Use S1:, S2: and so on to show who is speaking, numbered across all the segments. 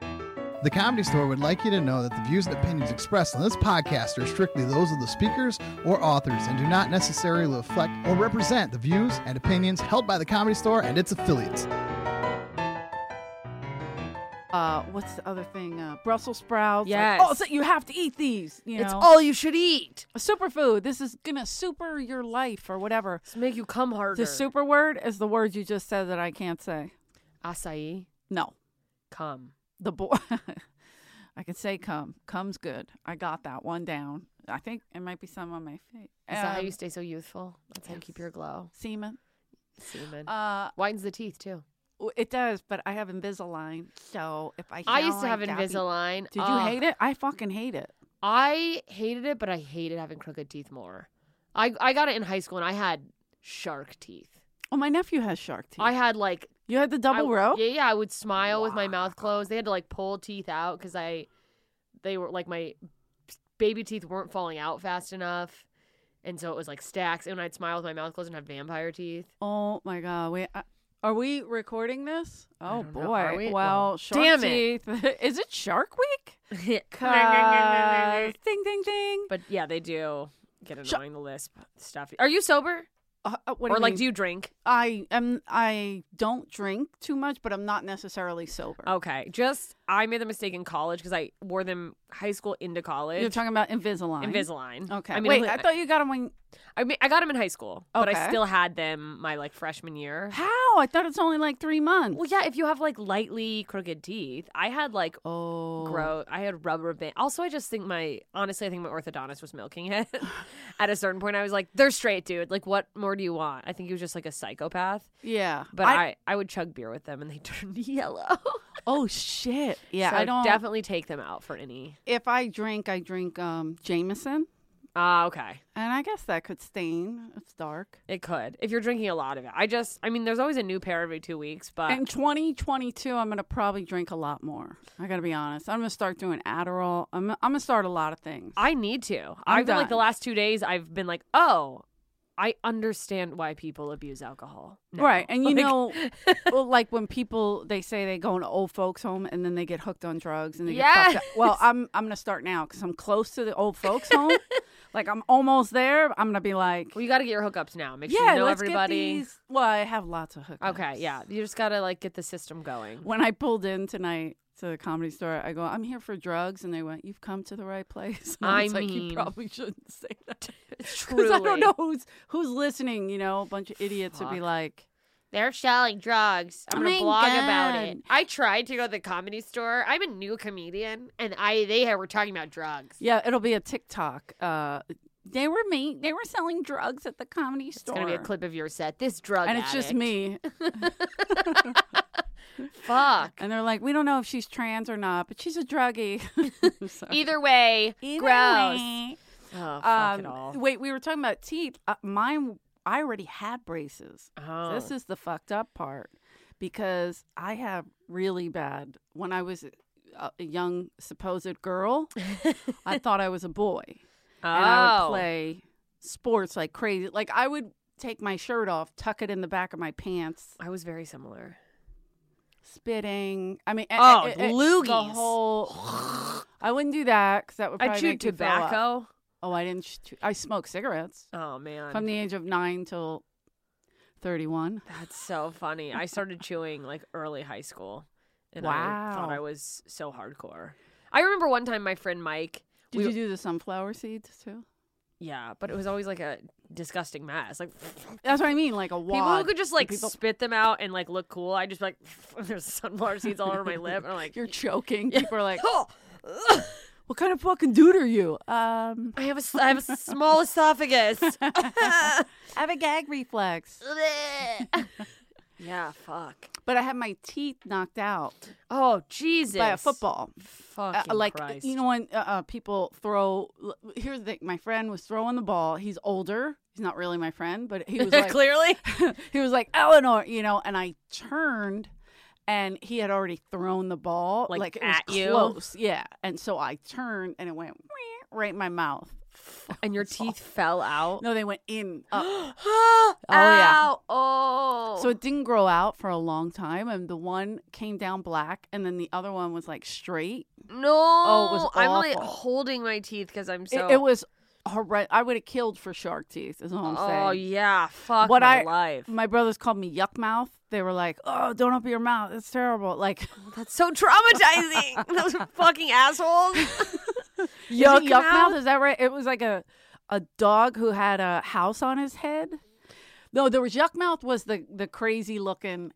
S1: The Comedy Store would like you to know that the views and opinions expressed on this podcast are strictly those of the speakers or authors and do not necessarily reflect or represent the views and opinions held by the Comedy Store and its affiliates.
S2: Uh, what's the other thing? Uh, Brussels sprouts.
S3: Yes.
S2: Like, oh, so you have to eat these. You know,
S3: It's all you should eat.
S2: a superfood. This is gonna super your life or whatever.
S3: It's make you come harder.
S2: The super word is the word you just said that I can't say.
S3: acai,
S2: No,
S3: come.
S2: the boy. I can say come. Come's good. I got that one down. I think it might be some on my face.
S3: Is that how you
S2: Um,
S3: stay so youthful? That's how you keep your glow.
S2: semen?
S3: Semen.
S2: Uh,
S3: Widens the teeth too.
S2: w- it does, but I have Invisalign. So if I
S3: I used to have
S2: yell, I doubt
S3: Invisalign.
S2: you- Did you
S3: Ugh.
S2: hate it? I fucking hate it.
S3: I hated it, but I hated having crooked teeth more. I I got it in high school and I had shark teeth.
S2: Oh, my nephew has shark teeth.
S3: I had like
S2: you had the double
S3: I-
S2: row.
S3: Yeah, yeah. I would smile with my mouth closed. They had to like pull teeth out because I, they were like my baby teeth weren't falling out fast enough, and so it was like stacks. And when I'd smile with my mouth closed and have vampire teeth.
S2: Oh my god, wait. I- Are we recording this?
S3: I
S2: Oh
S3: don't know. Are
S2: boy.
S3: we?
S2: Well,
S3: Well,
S2: shark
S3: damn it.
S2: teeth. Is it Shark Week? Cause-
S3: but
S2: ding ding ding.
S3: yeah, they do get
S2: Shut-
S3: annoying the lisp stuff. Are you sober,
S2: Uh, uh, what
S3: or
S2: do you
S3: like
S2: mean?
S3: do you drink?
S2: I am I don't drink too much, but I'm not necessarily sober.
S4: Okay, just I made the mistake in college because I wore them high school into college.
S2: You're talking about Invisalign.
S4: Invisalign.
S2: Okay.
S4: I mean,
S2: wait,
S4: only-
S2: I thought you got them when
S4: I mean, I got them in high school, but
S2: Okay.
S4: I still had them my like freshman year.
S2: How? I thought it's only like 3 months.
S4: Well, yeah, if you have like lightly crooked teeth, I had like
S2: Oh.
S4: grow. I had rubber band. Also, I just think my honestly, I think my orthodontist was milking it. At a certain point, I was like, "They're straight, dude. Like, what more do you want?" I think he was just like a psychopath.
S2: Yeah.
S4: But I, I, would chug beer with them, and they turned yellow.
S2: Oh shit. Yeah,
S4: So
S2: I don't
S4: definitely take them out for any.
S2: if I drink, I drink um Jameson.
S4: Ah, okay.
S2: And I guess that could stain. It's dark.
S4: It could if you're drinking a lot of it. I just, I mean, there's always a new pair every two weeks, but
S2: In 2022, I'm going to probably drink a lot more. I got to be honest. I'm going to start doing Adderall. I'm, I'm going to start a lot of things.
S4: I need to.
S2: I'm
S4: I feel like the
S2: done.
S4: last two days I've been like, oh, I understand why people abuse alcohol. now."
S2: Right. And you
S4: Like-
S2: know, well, like when people, they say they go into old folks home and then they get hooked on drugs and they get fucked up. Well, I'm, I'm going to start now because I'm close to the old folks home. like I'm almost there. I'm going to be like,
S4: well, you got to get your hookups now. Make sure
S2: yeah,
S4: you know
S2: let's
S4: everybody.
S2: get these. Well, I have lots of hookups.
S4: Okay, yeah, you just gotta like get the system going.
S2: When I pulled in tonight to the comedy store, I go, I'm here for drugs. And they went, You've come to the right place. And I,
S4: I
S2: was like, You
S4: mean-
S2: probably shouldn't say that.
S4: Truly,
S2: Because I don't know who's who's listening. You know, a bunch of idiots would be
S4: Fuck.
S2: like,
S3: They're selling drugs. I'm
S2: Oh
S3: gonna
S2: my
S3: blog about
S2: God.
S3: it. I tried to go to the comedy store. I'm a new comedian, and I they were talking about drugs.
S2: "Yeah, it'll be a TikTok." Uh, they were me. They were selling drugs at the comedy
S3: It's
S2: store.
S3: gonna be a clip of your set. This drug,
S2: and it's just
S3: addict.
S2: me.
S3: Fuck.
S2: And they're like, "We don't know if she's trans or not, but she's a druggie." So-
S3: Either way,
S2: Either
S3: gross.
S2: way.
S4: Oh, fuck
S2: Um,
S4: it all.
S2: wait, we were talking about teeth. Uh, mine, I already had braces.
S4: oh.
S2: This is the fucked up part because I have really bad. When I was a a young supposed girl, I thought I was a boy.
S4: oh.
S2: And I would play sports like crazy. Like I would take my shirt off, tuck it in the back of my pants,
S4: I was very similar.
S2: spitting. I mean, eh,
S4: Oh,
S2: The
S4: loogies.
S2: whole. I wouldn't do that because that would probably
S4: I chewed
S2: make me throw up.
S4: tobacco.
S2: Oh, I didn't. ch- chew- I smoked cigarettes
S4: Oh man,
S2: from the age of nine till thirty-one.
S4: That's so funny. I started chewing like early high school, and I thought I
S2: Wow.
S4: was so hardcore. I remember one time my friend Mike.
S2: Did
S4: we-
S2: you do the sunflower seeds too?
S4: yeah, but it was always like a disgusting mess. Like
S2: That's what I mean, like a wad.
S4: people who could just like
S2: people-
S4: spit them out and like look cool. I just like there's sunflower seeds all over my lip, and I'm like,
S2: You're choking. People are like,
S4: oh,
S2: "What kind of fucking dude are you?" Um,
S4: I have a s- I have a small esophagus.
S2: I have a gag reflex.
S4: yeah, fuck.
S2: But I had my teeth knocked out
S4: Oh Jesus!
S2: by a football. Uh,
S4: Fucking
S2: like
S4: Christ.
S2: you know when uh, uh, people throw. l- Here's the thing. My friend was throwing the ball. He's older. He's not really my friend, but he was like,
S4: clearly.
S2: he was like Eleanor, you know. And I turned, and he had already thrown the ball.
S4: Like,
S2: it was
S4: at you?
S2: close. yeah. And so I turned, and it went right in my mouth.
S4: and your teeth fell out.
S2: No, they went in uh, up.
S4: oh yeah.
S3: Ow. Oh.
S2: So it didn't grow out for a long time, and the one came down black, and then the other one was like straight.
S4: No.
S2: Oh, it was
S4: I'm like
S2: awful.
S4: holding my teeth because I'm so.
S2: it, it was horrendous. I would have killed for shark teeth. Is all I'm saying.
S4: oh yeah. Fuck
S2: What
S4: my
S2: I-
S4: life.
S2: My brothers called me yuck mouth. They were like, "Oh, don't open your mouth. It's terrible." Like
S4: That's so traumatizing. Those fucking assholes.
S2: yuck,
S4: Yuck
S2: yuck mouth?
S4: mouth?
S2: Is that right? It was like a a dog who had a house on his head. No, there was yuck mouth. Was the the crazy looking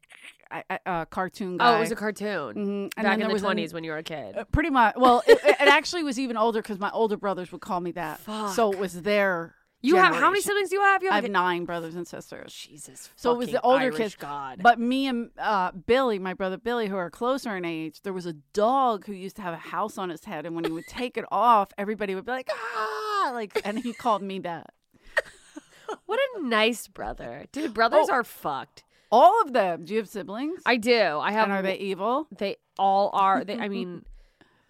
S2: uh, uh, cartoon guy?
S4: Oh, it was a cartoon
S2: Mhm. And
S4: back
S2: then
S4: in
S2: there
S4: the
S2: was an-
S4: twenties when you were a kid.
S2: Uh, Pretty much. Well, it, it it actually was even older because my older brothers would call me that. So it was their.
S4: you have how many
S2: generation.
S4: siblings do you have? You
S2: I
S4: have
S2: have nine brothers and sisters.
S4: Jesus.
S2: So it was the
S4: fucking
S2: older
S4: Irish
S2: kids.
S4: God.
S2: But me and uh, Billy, my brother Billy, who are closer in age, there was a dog who used to have a house on his head, and when he would take it off, everybody would be like, ah, like, and he called me that.
S4: what a nice brother, dude. Brothers
S2: Oh.
S4: are fucked.
S2: All of them. Do you have siblings?
S4: I do. I have.
S2: and are they evil?
S4: They all are. They, I mean,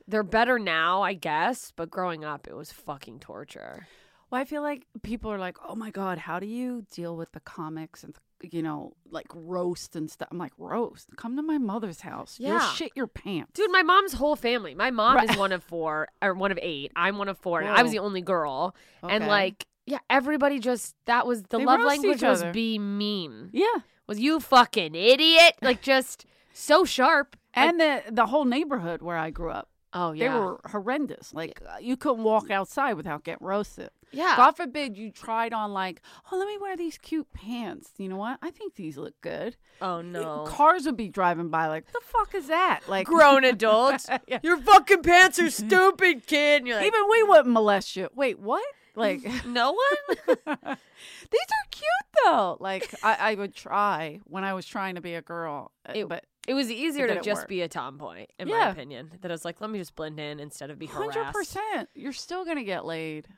S4: they're better now, I guess. But growing up, it was fucking torture.
S2: Well, I feel like people are like, "Oh my god, how do you deal with the comics and you know, like roast and stuff?" I'm like, "Roast? Come to my mother's house. You'll
S4: Yeah.
S2: shit your pants,
S4: Dude, my mom's whole family. My mom
S2: Right.
S4: is one of four or one of eight. I'm one of four, and I was
S2: Whoa.
S4: the only girl. And
S2: Okay.
S4: like, yeah, everybody just that was the
S2: They
S4: love
S2: roast each
S4: language was
S2: other.
S4: be mean.
S2: yeah."
S4: Was you fucking idiot? Like just so sharp.
S2: And the the whole neighborhood where I grew up,
S4: Oh
S2: they
S4: yeah,
S2: were horrendous. Like uh, you couldn't walk outside without getting roasted.
S4: yeah.
S2: God forbid you tried on like, "Oh, let me wear these cute pants." You know what? I think these look good.
S4: oh
S2: It-
S4: no,
S2: Cars would be driving by like, "The fuck is that?" Like
S4: grown adults.
S2: Yeah.
S4: Your fucking pants are stupid, kid. And you're like,
S2: Even we wouldn't molest you. Wait, what? Like
S4: no one.
S2: These are cute though. Like I, I would try when I was trying to be a girl, uh,
S4: It-
S2: but
S4: It was easier to
S2: didn't
S4: just
S2: work.
S4: be a tomboy, in
S2: Yeah.
S4: my opinion. That I was like, let me just blend in instead of be harassed.
S2: hundred percent, you're still gonna get laid.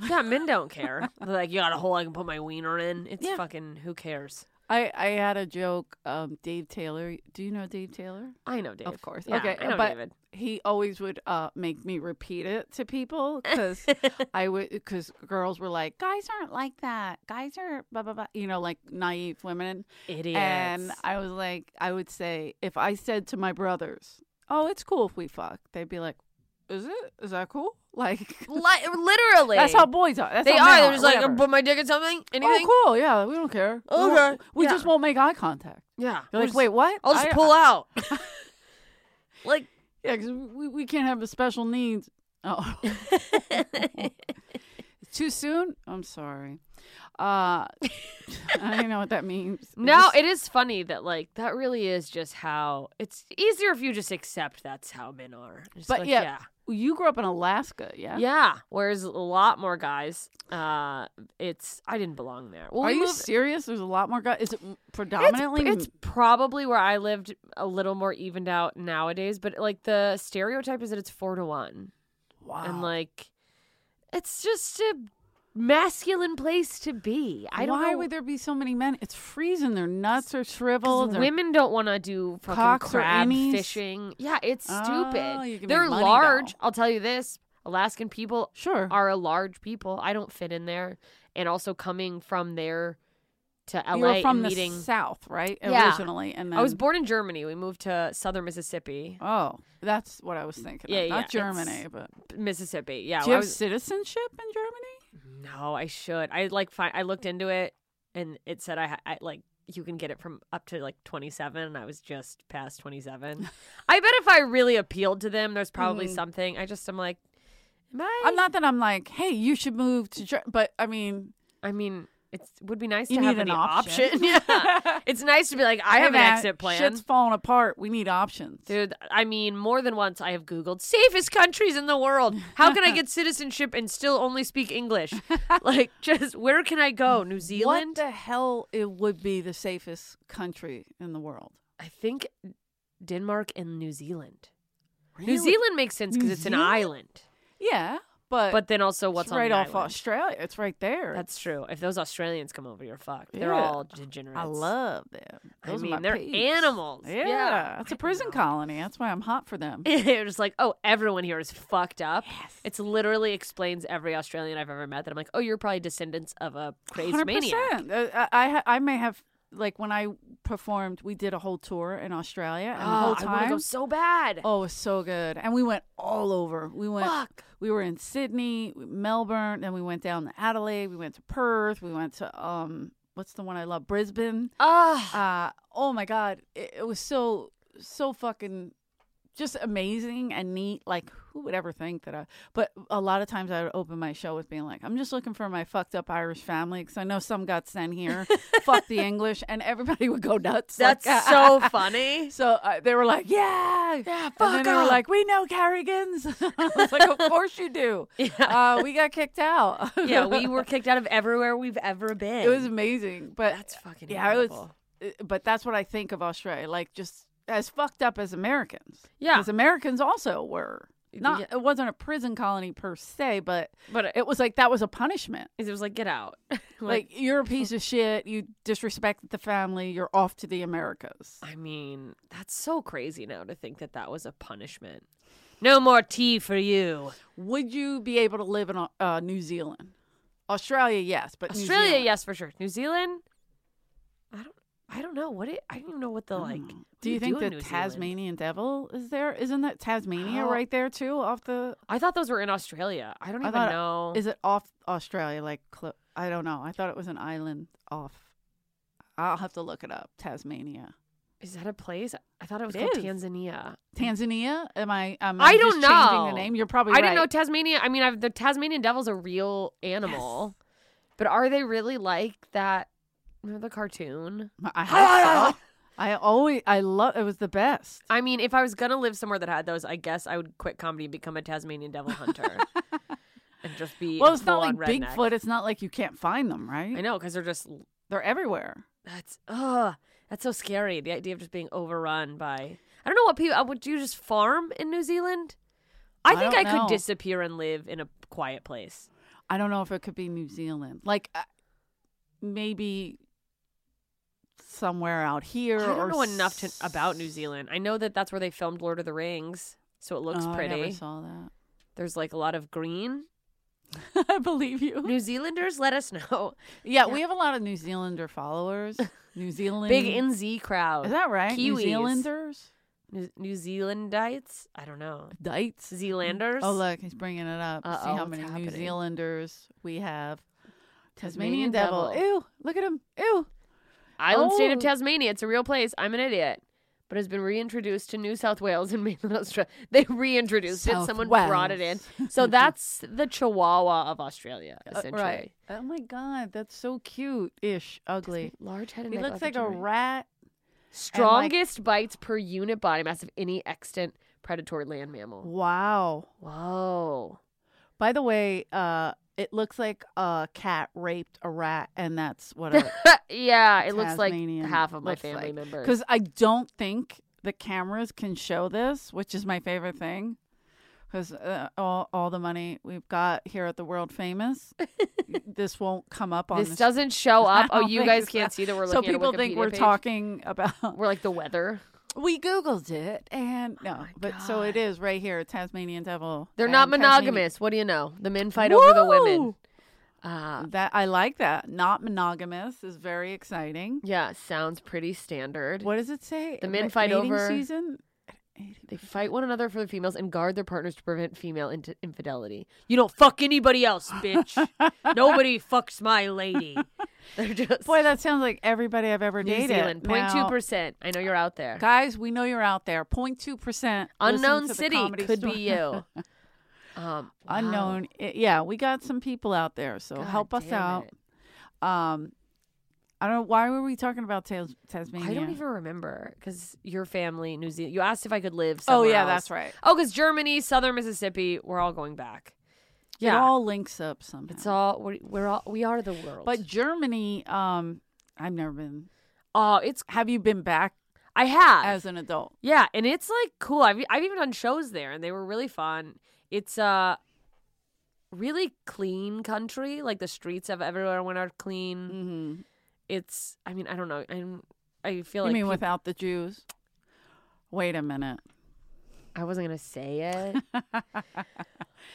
S4: Yeah, men don't care. They're like, you got a hole I can put my wiener in. It's
S2: Yeah.
S4: fucking who cares.
S2: I, I had a joke. Um, Dave Taylor. Do you know Dave Taylor?
S4: I know, Dave.
S2: Of course.
S4: Yeah,
S2: okay,
S4: I know
S2: but
S4: David.
S2: he always would uh make me repeat it to people because I would because girls were like, guys aren't like that. Guys are blah blah blah. You know, like naive women.
S4: Idiots.
S2: And I was like, I would say, if I said to my brothers, "Oh, it's cool if we fuck," they'd be like, "Is it? Is that cool?" Like
S4: Li- literally.
S2: that's how boys are. That's
S4: they
S2: how men
S4: are. They're just like,
S2: whatever.
S4: put my dick in something? Anything?
S2: "Oh, cool, yeah, we don't care. We won't-
S4: Okay,
S2: we
S4: yeah.
S2: just won't make eye contact."
S4: Yeah.
S2: You're
S4: I'll
S2: like,
S4: just-
S2: "Wait, what?"
S4: I'll just
S2: I-
S4: pull out. like,
S2: Yeah, 'cause we we can't have the special needs. Oh, too soon. I'm sorry. Uh, I don't know what that means. It
S4: no,
S2: just-
S4: it is funny that, like, that really is just how it's easier if you just accept that's how men are. Just
S2: But
S4: like,
S2: yeah,
S4: yeah.
S2: you grew up in Alaska, yeah?
S4: Yeah. Whereas a lot more guys, uh, it's I didn't belong there. Well,
S2: Are
S4: we
S2: you
S4: moved-
S2: serious? There's a lot more guys. Is it m-
S4: it's-
S2: predominantly?
S4: It's, probably where I lived a little more evened out nowadays, but like the stereotype is that it's four to one,
S2: wow.
S4: and like it's just a masculine place to be. I don't
S2: Why
S4: know.
S2: would there be so many men? It's freezing. Their nuts are
S4: 'cause
S2: shriveled. they're-
S4: women don't want to do fucking
S2: cocks or
S4: crab
S2: innies?
S4: fishing. Yeah, it's
S2: Oh, you
S4: stupid.
S2: can make
S4: They're
S2: money,
S4: large.
S2: though.
S4: I'll tell you this: Alaskan people
S2: sure.
S4: are a large people. I don't fit in there. And also coming from there to LA
S2: you were from
S4: and
S2: the
S4: meeting.
S2: south, right?
S4: Yeah.
S2: Originally, and then
S4: I was born in Germany. We moved to southern Mississippi.
S2: Oh, that's what I was thinking.
S4: Yeah,
S2: of.
S4: yeah,
S2: not Germany,
S4: it's-
S2: but
S4: Mississippi. Yeah.
S2: do you
S4: I
S2: have
S4: was,
S2: citizenship in Germany?
S4: no, I should. I like fi- I looked into it and it said I, ha- I like you can get it from up to like 27 and I was just past 27. I bet if I really appealed to them there's probably
S2: Mhm.
S4: something. I just am like am I
S2: I'm not that I'm like, hey, you should move to Germany, but I mean,
S4: I mean it would be nice
S2: You
S4: to
S2: need
S4: have
S2: an
S4: an
S2: option.
S4: option. yeah. It's nice to be like I
S2: hey,
S4: have
S2: man,
S4: an exit plan.
S2: Shit's falling apart. We need options.
S4: Dude, I mean, more than once I have Googled safest countries in the world. How can I get citizenship and still only speak English? like, just where can I go? New
S2: what
S4: Zealand?
S2: the hell? It would be the safest country in the world.
S4: I think Denmark and New Zealand.
S2: Really?
S4: New Zealand makes sense
S2: New
S4: because it's an
S2: Zealand?
S4: island.
S2: Yeah. but,
S4: But then also,
S2: it's
S4: what's on
S2: right
S4: the
S2: off
S4: island?
S2: Australia? It's right there.
S4: That's true. If those Australians come over, you're fucked. They're
S2: Yeah.
S4: all degenerates.
S2: I love them.
S4: I
S2: Those are
S4: mean,
S2: my
S4: they're
S2: peeps.
S4: animals.
S2: Yeah, it's a prison colony. That's why I'm hot for them.
S4: You're just like, oh, everyone here is fucked up. It's literally explains every Australian I've ever met that I'm like, oh, you're probably descendants of a crazed maniac.
S2: 100%. Uh, I, I ha- I may have like when I performed, we did a whole tour in Australia, and the whole
S4: Oh, I want to
S2: time.
S4: go so bad.
S2: Oh, it was so good. And we went all over. We went
S4: Fuck.
S2: we were in Sydney, Melbourne, then we went down to Adelaide, we went to Perth, we went to um what's the one I love? Brisbane.
S4: Ah.
S2: Uh oh my god, it, it was so so fucking just amazing and neat. Like who would ever think that I but a lot of times I would open my show with being like, I'm just looking for my fucked up Irish family cuz I know some got sent here. Fuck the English and everybody would go nuts.
S4: that's
S2: Like,
S4: so funny.
S2: So uh, they were like, "Yeah,
S4: Yeah,
S2: and then
S4: fuck
S2: they were
S4: up.
S2: like, "We know Carrigans." I was like, "Of course you do."
S4: Yeah.
S2: Uh, we got kicked out.
S4: yeah, we were kicked out of everywhere we've ever been.
S2: It was amazing, but
S4: That's fucking
S2: yeah, it was-
S4: incredible.
S2: uh, but that's what I think of Australia, like just as fucked up as Americans.
S4: Yeah.
S2: because Americans also were not.
S4: Yeah.
S2: It wasn't a prison colony per se, but
S4: But it,
S2: it was like that was a punishment.
S4: it was like, get out.
S2: Like, you're a piece of shit. You disrespected the family. You're off to the Americas.
S4: I mean, that's so crazy now to think that that was a punishment. No more tea for you.
S2: Would you be able to live in Au- uh, New Zealand? Australia, yes, but New
S4: Australia,
S2: Zealand.
S4: yes, for sure. New Zealand, I don't, I don't know what it. I don't even know what the
S2: I don't
S4: like.
S2: know.
S4: what
S2: Hmm. Do you think
S4: in
S2: the
S4: New Zealand?
S2: Tasmanian devil is there? Isn't that Tasmania
S4: Oh.
S2: right there too? Off the
S4: I thought those were in Australia. I don't
S2: I
S4: even
S2: thought-
S4: know.
S2: is it off Australia? Like clo- I don't know. I thought it was an island off. I'll have to look it up. Tasmania,
S4: Is that a place? I thought it was
S2: It
S4: called
S2: is.
S4: Tanzania.
S2: Tanzania. Am I? Am
S4: I
S2: I
S4: don't
S2: just changing
S4: know.
S2: the name? You're probably.
S4: I didn't know
S2: right.
S4: Tasmania. I mean, I've, the Tasmanian devil's a real animal, but are they really like that? Remember the cartoon?
S2: I hope so. I always. I love. It was the best.
S4: I mean, if I was gonna live somewhere that had those, I guess I would quit comedy and become a Tasmanian devil hunter and just be.
S2: Well,
S4: a
S2: it's not like
S4: full-on redneck.
S2: Bigfoot. It's not like you can't find them,
S4: I
S2: right?
S4: know because they're just.
S2: They're everywhere.
S4: That's ugh. That's so scary. The idea of just being overrun by. I don't know what people. Would you just farm in New Zealand? I
S2: I
S4: think I,
S2: don't
S4: could
S2: know.
S4: disappear and live in a quiet place.
S2: I don't know if it could be New Zealand. Like uh, maybe somewhere out here.
S4: I
S2: or
S4: don't know enough to,
S2: s-
S4: about New Zealand. I know that that's where they filmed Lord of the Rings, so it looks
S2: Oh, I never
S4: pretty.
S2: saw that.
S4: There's like a lot of green.
S2: I believe you.
S4: New Zealanders, let us know.
S2: Yeah, we have a lot of New Zealander followers. New Zealand.
S4: Big NZ crowd.
S2: Is that right? New
S4: Kiwis.
S2: Zealanders.
S4: New, New Zealandites? I don't know.
S2: Dites.
S4: Zealanders?
S2: Oh look, he's bringing it up. See
S4: Uh-oh,
S2: how
S4: it's
S2: many New
S4: happening.
S2: Zealanders we have. Tasmanian,
S4: Tasmanian
S2: devil.
S4: devil.
S2: Ew! Look at him. Ew!
S4: Island state of
S2: Oh.
S4: Tasmania. It's a real place. I'm an idiot. But has been reintroduced to New South Wales and mainland Australia. They reintroduced it.
S2: South
S4: Someone brought it in.
S2: Wales.
S4: So that's the Chihuahua of Australia,
S2: Uh,
S4: essentially.
S2: right. Oh my god, that's so cute. Ish. Ugly.
S4: Large head and
S2: He
S4: neck
S2: looks like a
S4: operatory.
S2: rat.
S4: Strongest bites per unit body mass of any extant predatory land mammal.
S2: Wow.
S4: Whoa.
S2: By the way, uh, it looks like a cat raped a rat, and that's what.
S4: Uh, yeah, it looks like
S2: Tasmanian
S4: half of my
S2: looks
S4: family
S2: like.
S4: members.
S2: Because I don't think the cameras can show this, which is my favorite thing. Because uh, all all the money we've got here at the world famous, this won't come up on
S4: this
S2: the-
S4: doesn't show
S2: I
S4: up. Oh,
S2: don't
S4: you
S2: think
S4: guys
S2: so.
S4: can't see that we're
S2: So
S4: looking at a
S2: people think
S4: Wikipedia
S2: we're
S4: page.
S2: talking about.
S4: We're like the weather.
S2: We googled it, and no,
S4: my
S2: but so it
S4: God.
S2: is right here, Tasmanian devil.
S4: They're
S2: and
S4: not
S2: Tasmanian-
S4: monogamous. What do you know? The men fight over the women.
S2: Woo!
S4: Uh,
S2: That I like that. Not monogamous is very exciting.
S4: yeah, sounds pretty standard.
S2: What does it say?
S4: The men
S2: Ma-
S4: fight
S2: mating
S4: over-
S2: season.
S4: They fight one another for the females and guard their partners to prevent female int- infidelity. You don't fuck anybody else, bitch. Nobody fucks my lady. They're just
S2: Boy, that sounds like everybody I've ever
S4: New
S2: dated.
S4: Zealand. Point two
S2: Now-
S4: percent. I know you're out there.
S2: Guys, we know you're out there. 0.2%.
S4: Unknown
S2: listens to the
S4: city
S2: Comedy
S4: could
S2: Store.
S4: be you. Um, wow.
S2: Unknown. I- Yeah, we got some people out there, so
S4: God
S2: help us
S4: damn
S2: out.
S4: it.
S2: Um, I don't know. Why were we talking about Tas- Tasmania?
S4: I don't even remember because your family, New Zealand. You asked if I could live.
S2: Oh,
S4: Somewhere
S2: yeah,
S4: else.
S2: that's right.
S4: Oh, because Germany, Southern Mississippi, we're all going back.
S2: It
S4: Yeah,
S2: all links up somehow.
S4: it's all we're, we're all we are the world.
S2: But Germany, um, I've never been.
S4: oh, it's
S2: Have you been back
S4: I have
S2: as an adult?
S4: yeah, and it's like cool. I've I've even done shows there, and they were really fun. It's uh, really clean country. Like the streets of everywhere when are clean.
S2: Mm-hmm.
S4: It's I mean I don't know. I'm I feel
S2: You
S4: like
S2: mean
S4: peop-
S2: without the Jews? Wait a minute.
S4: I wasn't gonna say it.
S2: Did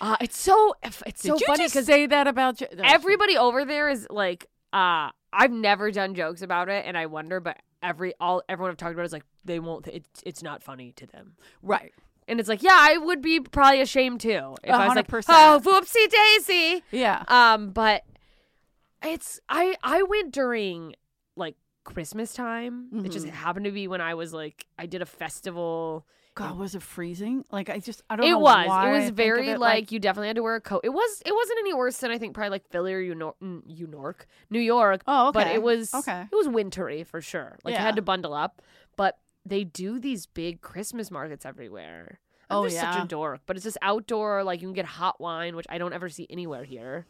S4: Uh, it's so f- it's so
S2: you
S4: funny
S2: just
S4: because
S2: say that about Ju- No, I'm just kidding.
S4: everybody over there is like, uh, I've never done jokes about it, and I wonder, but every all everyone I've talked about is like they won't. It, it's not funny to them,
S2: right?
S4: and it's like, yeah, I would be probably ashamed too if I was like,
S2: 100%.
S4: oh, whoopsie daisy.
S2: Yeah.
S4: Um, but it's I I went during like Christmas time. It just
S2: Mhm.
S4: happened to be when I was like I did a festival.
S2: God, was it freezing? Like I just I don't.
S4: It
S2: know
S4: was.
S2: why
S4: It
S2: I
S4: was
S2: think of
S4: very
S2: it,
S4: like, you definitely had to wear a coat. It was. It wasn't any worse than I think probably like Philly or Unor- n- Unork, New York.
S2: oh, okay.
S4: But it was
S2: okay.
S4: It was wintry for sure. Like you
S2: Yeah.
S4: had to bundle up. But they do these big Christmas markets everywhere. I'm
S2: Oh,
S4: just such
S2: yeah.
S4: a dork. But it's just outdoor. Like you can get hot wine, which I don't ever see anywhere here.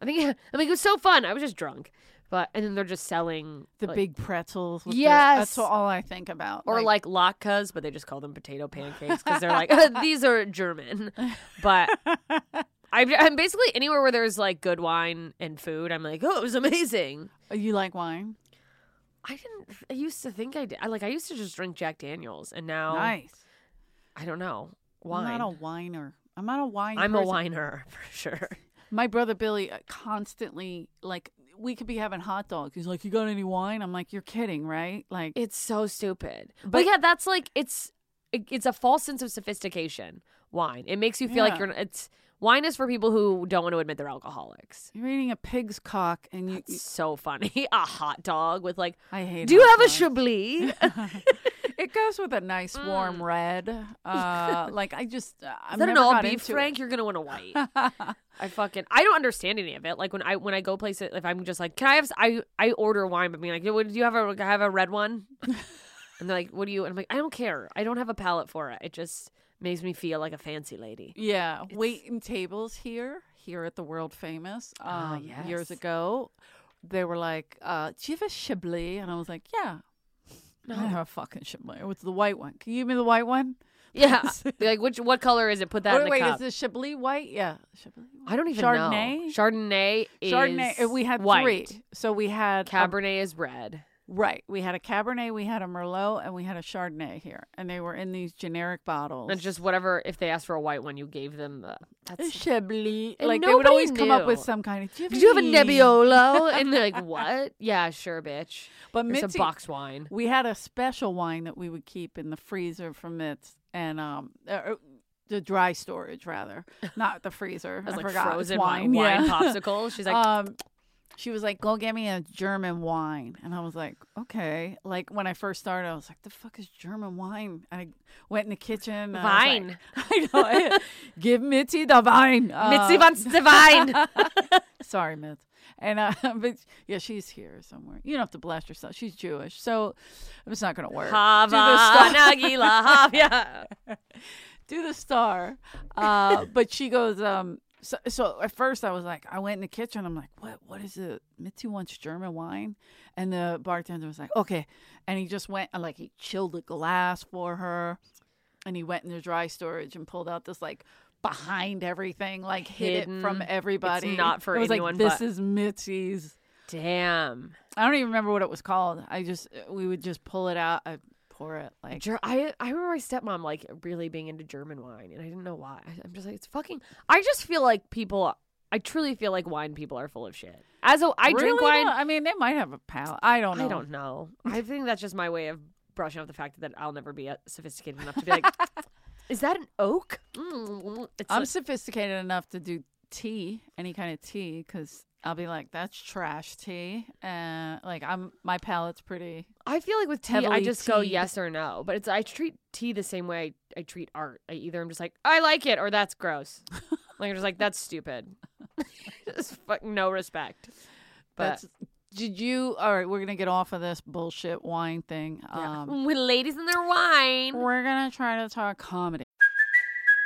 S4: I think. I mean, it was so fun. I was just drunk. But and then they're just selling
S2: The
S4: like-
S2: big pretzels. With the-
S4: Yes.
S2: that's all I think about.
S4: or like, latkes, but they just call them potato pancakes because they're like these are German. But I'm, I'm basically anywhere where there's like good wine and food. I'm like, oh, it was amazing.
S2: you like wine?
S4: I didn't. I used to think I did. I, like I used to just drink Jack Daniels, and now
S2: Nice.
S4: I don't know
S2: I'm
S4: wine.
S2: not a whiner. I'm not a wine.
S4: I'm a
S2: person.
S4: whiner for sure.
S2: My brother Billy uh, constantly like we could be having hot dogs. He's like, "You got any wine?" I'm like, "You're kidding, right?" Like,
S4: It's so stupid. But,
S2: But-
S4: yeah, that's like it's it, it's a false sense of sophistication. Wine. It makes you feel like
S2: Yeah.
S4: you're. It's wine is for people who don't want to admit they're alcoholics.
S2: you're eating a pig's cock, and you.
S4: It's so funny. a hot dog with like
S2: I hate.
S4: Do you
S2: hot
S4: have a
S2: dogs.
S4: Chablis?
S2: it goes with a nice warm red. Uh, like I just, uh,
S4: Mm. Is
S2: I'm
S4: that an
S2: never
S4: all
S2: got
S4: beef
S2: into
S4: Frank?
S2: it.
S4: You're gonna want a white. I fucking I don't understand any of it. Like when I when I go places, if I'm just like, can I have? s- I I order wine, but being like, "Yo, do you have a I have a red one? and they're like, what do you? And I'm like, I don't care. I don't have a palate for it. It just makes me feel like a fancy lady.
S2: Yeah, waiting tables here, here at the world famous. Um,
S4: Ah, yes.
S2: Years ago, they were like, uh, "Do you have a Chablis?" And I was like, "Yeah." No. I don't have a fucking Chablis. What's the white one? Can you give me the white one?
S4: Yeah. They're like which what color is it? Put that
S2: Wait,
S4: in the
S2: wait,
S4: cup.
S2: is the Chablis white? Yeah, Chablis. White.
S4: I don't even know.
S2: Chardonnay?
S4: Chardonnay. Is
S2: Chardonnay. uh, We had
S4: white.
S2: three, so we had a-
S4: Cabernet is red.
S2: right. We had a Cabernet, we had a Merlot, and we had a Chardonnay here, and they were in these generic bottles.
S4: And just whatever. If they asked for a white one, you gave them the. That's
S2: Chablis.
S4: And
S2: Like they would
S4: nobody
S2: always come up
S4: knew.
S2: with some kind of. Do
S4: Did you have a
S2: Chablis?"
S4: Nebbiolo? and they're like, what? Yeah, sure, bitch.
S2: But
S4: It's
S2: Mitzi,
S4: a box wine.
S2: we had a special wine that we would keep in the freezer for Mitz and um. uh, Uh, the dry storage, rather, not the freezer.
S4: It's
S2: I
S4: like
S2: forgot. It's
S4: frozen
S2: wine,
S4: wine, wine
S2: yeah.
S4: popsicles. She's like,
S2: um, she was like, "Go get me a German wine," and I was like, "Okay." Like when I first started, I was like, "The fuck is German wine?" And I went in the kitchen. and I was
S4: Vine.
S2: like- I know. Give Mitzi the vine.
S4: Mitzi
S2: Uh,
S4: wants the vine.
S2: Sorry, myth. And uh, but yeah, she's here somewhere. You don't have to blast yourself. She's Jewish, so it's not gonna work.
S4: Hava, Nagila, Hava. Yeah.
S2: Do the star, uh, but she goes. Um, so, so at first I was like, I went in the kitchen. I'm like, what? What is it? Mitzi wants German wine, and the bartender was like, okay. And he just went and like he chilled a glass for her, and he went in the dry storage and pulled out this like behind everything, like hid it from
S4: Hidden. It's
S2: everybody.
S4: not for
S2: it was
S4: anyone
S2: Like, this
S4: but-
S2: is Mitzi's.
S4: Damn.
S2: I don't even remember what it was called. I just uh, we would just pull it out, I pour it like
S4: Ger- I, I remember my stepmom like really being into German wine, and I didn't know why. I, I'm just like, it's fucking. I just feel like people. I truly feel like wine people are full of shit. As a, I drink
S2: Really?
S4: wine.
S2: No, I mean, they might have a pal. I don't know.
S4: I don't know. I think that's just my way of brushing off the fact that I'll never be uh, sophisticated enough to be like, is that an oak? Mm, It's
S2: I'm
S4: like-
S2: sophisticated enough to do tea, any kind of tea, because I'll be like, that's trash tea, and like I'm my palate's pretty.
S4: I feel like with tea, I
S2: heavily
S4: just go
S2: tea'd.
S4: yes or no. But it's I treat tea the same way I, I treat art. I either I'm just like I like it or that's gross. like I'm just like that's stupid. just fuck no respect. But
S2: That's, did you? All right, we're gonna get off of this bullshit wine thing.
S4: yeah.
S2: Um,
S4: with ladies and their wine.
S2: we're gonna try to talk comedy.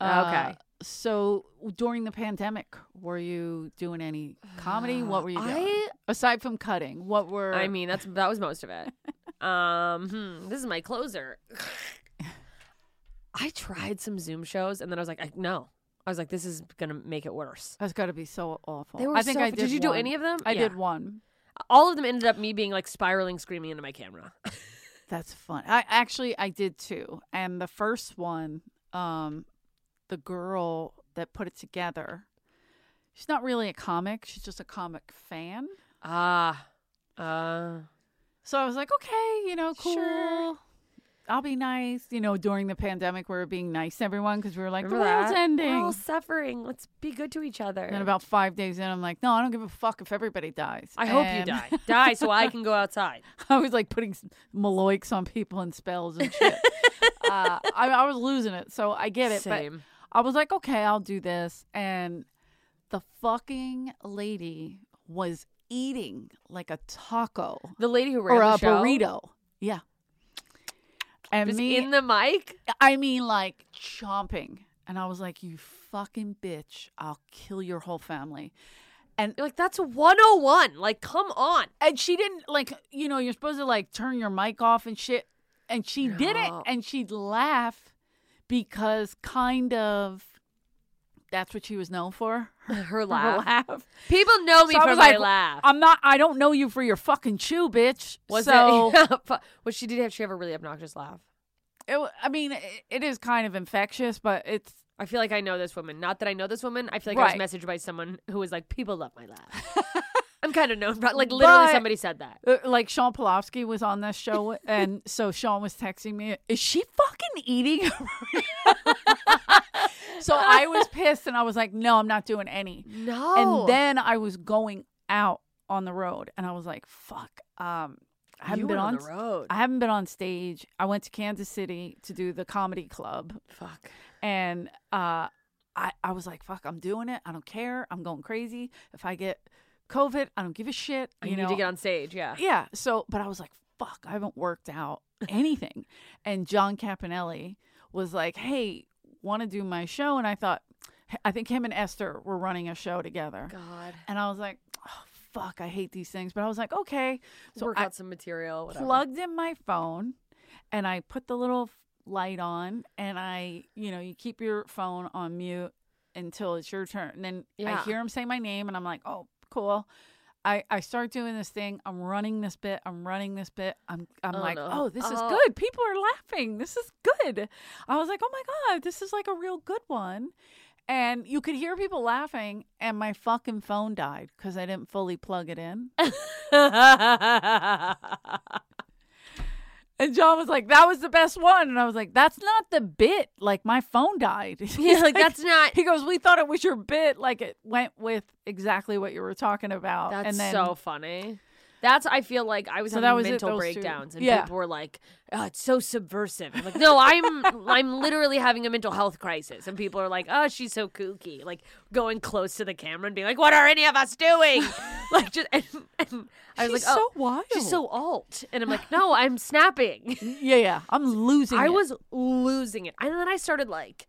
S4: Ah,
S2: Uh, So during the pandemic, were you doing any comedy? What were you doing?
S4: I
S2: Aside from cutting, what were
S4: I mean, that's that was most of it. Um, hmm, this is my closer. I tried some Zoom shows, and then I was like, I, no. I was like, this is gonna make it worse.
S2: That's got to be so awful.
S4: They were
S2: I think
S4: so
S2: I
S4: fu-
S2: did.
S4: did you do
S2: one.
S4: any of them?
S2: I
S4: Yeah.
S2: did one.
S4: All of them ended up me being like spiraling, screaming into my camera.
S2: That's fun. I actually I did two, and the first one, um, the girl that put it together, she's not really a comic. She's just a comic fan.
S4: Ah, uh,
S2: So I was like, okay, you know, cool. I'll be nice. You know, during the pandemic, we were being nice to everyone because we were like,
S4: remember
S2: the world's
S4: that?
S2: ending.
S4: We're all suffering. Let's be good to each other.
S2: and then about five days in, I'm like, no, I don't give a fuck if everybody dies.
S4: I hope
S2: And
S4: you die. Die so I can go outside.
S2: I was like putting s- maloics on people and spells and shit. uh, I, I was losing it, so I get it. But
S4: Same.
S2: I was like, okay, I'll do this. And the fucking lady was eating like a taco
S4: the lady who ran
S2: or
S4: the
S2: a
S4: show
S2: burrito. Yeah. And
S4: was
S2: me,
S4: in the mic.
S2: I mean, like chomping. And I was like, you fucking bitch, I'll kill your whole family.
S4: You're like, that's 101. Like, come on.
S2: And she didn't, like, you know, you're supposed to like turn your mic off and shit. And she did it.
S4: No.
S2: And she'd laugh because kind of that's what she was known for.
S4: Her
S2: Her
S4: laugh.
S2: laugh.
S4: People know me
S2: So I
S4: from
S2: was
S4: my
S2: like, "Oh,
S4: laugh.
S2: I'm not. I don't know you for your fucking chew, bitch.
S4: was
S2: so it,
S4: it? well, she did have. She have a really obnoxious laugh.
S2: w- I mean, it, it is kind of infectious, but it's
S4: I feel like I know this woman. Not that I know this woman. I feel like I
S2: Right.
S4: was messaged by someone who was like, "People love my laugh." I'm kind of known, but like literally
S2: But-
S4: somebody said that.
S2: uh, like Sean Polofsky was on this show, and so Sean was texting me, "Is she fucking eating?" so I was pissed, and I was like, "No, I'm not doing any."
S4: No.
S2: And then I was going out on the road, and I was like, "Fuck." Um, I haven't
S4: you
S2: been
S4: went on,
S2: s-
S4: the road.
S2: I haven't been on stage. I went to Kansas City to do the comedy club.
S4: Fuck.
S2: and uh, I I was like, "Fuck, I'm doing it. I don't care. I'm going crazy. If I get COVID, I don't give a shit."
S4: I
S2: You
S4: need
S2: know?
S4: to get on stage. Yeah.
S2: Yeah. So, but I was like, "Fuck, I haven't worked out anything." and John Campanelli was like, "Hey, want to do my show?" And I thought, I think him and Esther were running a show together,
S4: God.
S2: and I was like, oh, "Fuck, I hate these things." But I was like, "Okay." So
S4: Work
S2: I
S4: out some material. Whatever.
S2: plugged in my phone and I put the little f- light on and I, you know, you keep your phone on mute until it's your turn. And then I
S4: Yeah.
S2: hear him say my name and I'm like, oh, cool. I, I start doing this thing. I'm running this bit. I'm running this bit. I'm I'm
S4: Oh,
S2: like,
S4: no.
S2: oh, this is
S4: Oh.
S2: good. People are laughing. This is good. I was like, oh my god, this is like a real good one. And you could hear people laughing, and my fucking phone died because I didn't fully plug it in. And John was like, "That was the best one," and I was like, "That's not the bit. Like my phone died." He's
S4: yeah, like that's not.
S2: He goes, "We thought it was your bit. Like it went with exactly what you were talking about."
S4: That's
S2: and then,
S4: so funny. That's I feel like I was
S2: So
S4: having
S2: that was it,
S4: mental
S2: those two.
S4: breakdowns and
S2: Yeah.
S4: people were like, oh, "It's so subversive." I'm like, no, I'm I'm literally having a mental health crisis, and people are like, "Oh, she's so kooky," like going close to the camera and being like, "What are any of us doing?" like just and, and I was
S2: She's
S4: like, "Oh,
S2: so wild.
S4: she's so alt," and I'm like, "No, I'm snapping."
S2: yeah, yeah. I'm losing.
S4: I
S2: it.
S4: was losing it, and then I started like.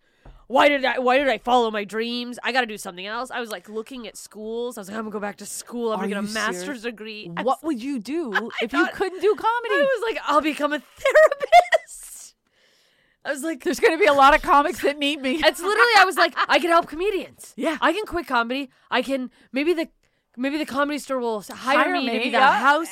S4: Why did I? Why did I follow my dreams? I got to do something else. I was like looking at schools. I was like, I'm gonna go back to school. I'm
S2: Are
S4: gonna get a
S2: you serious?
S4: master's degree. I was
S2: What would you do if you
S4: thought-
S2: couldn't do comedy?
S4: I was like, I'll become a therapist. I was like,
S2: There's going to be a lot of comics that need me.
S4: it's literally, I was like, I can help comedians.
S2: Yeah.
S4: I can quit comedy. I can, maybe the, maybe the comedy store will s- hire,
S2: Hire
S4: me, to
S2: me,
S4: be the
S2: yeah.
S4: house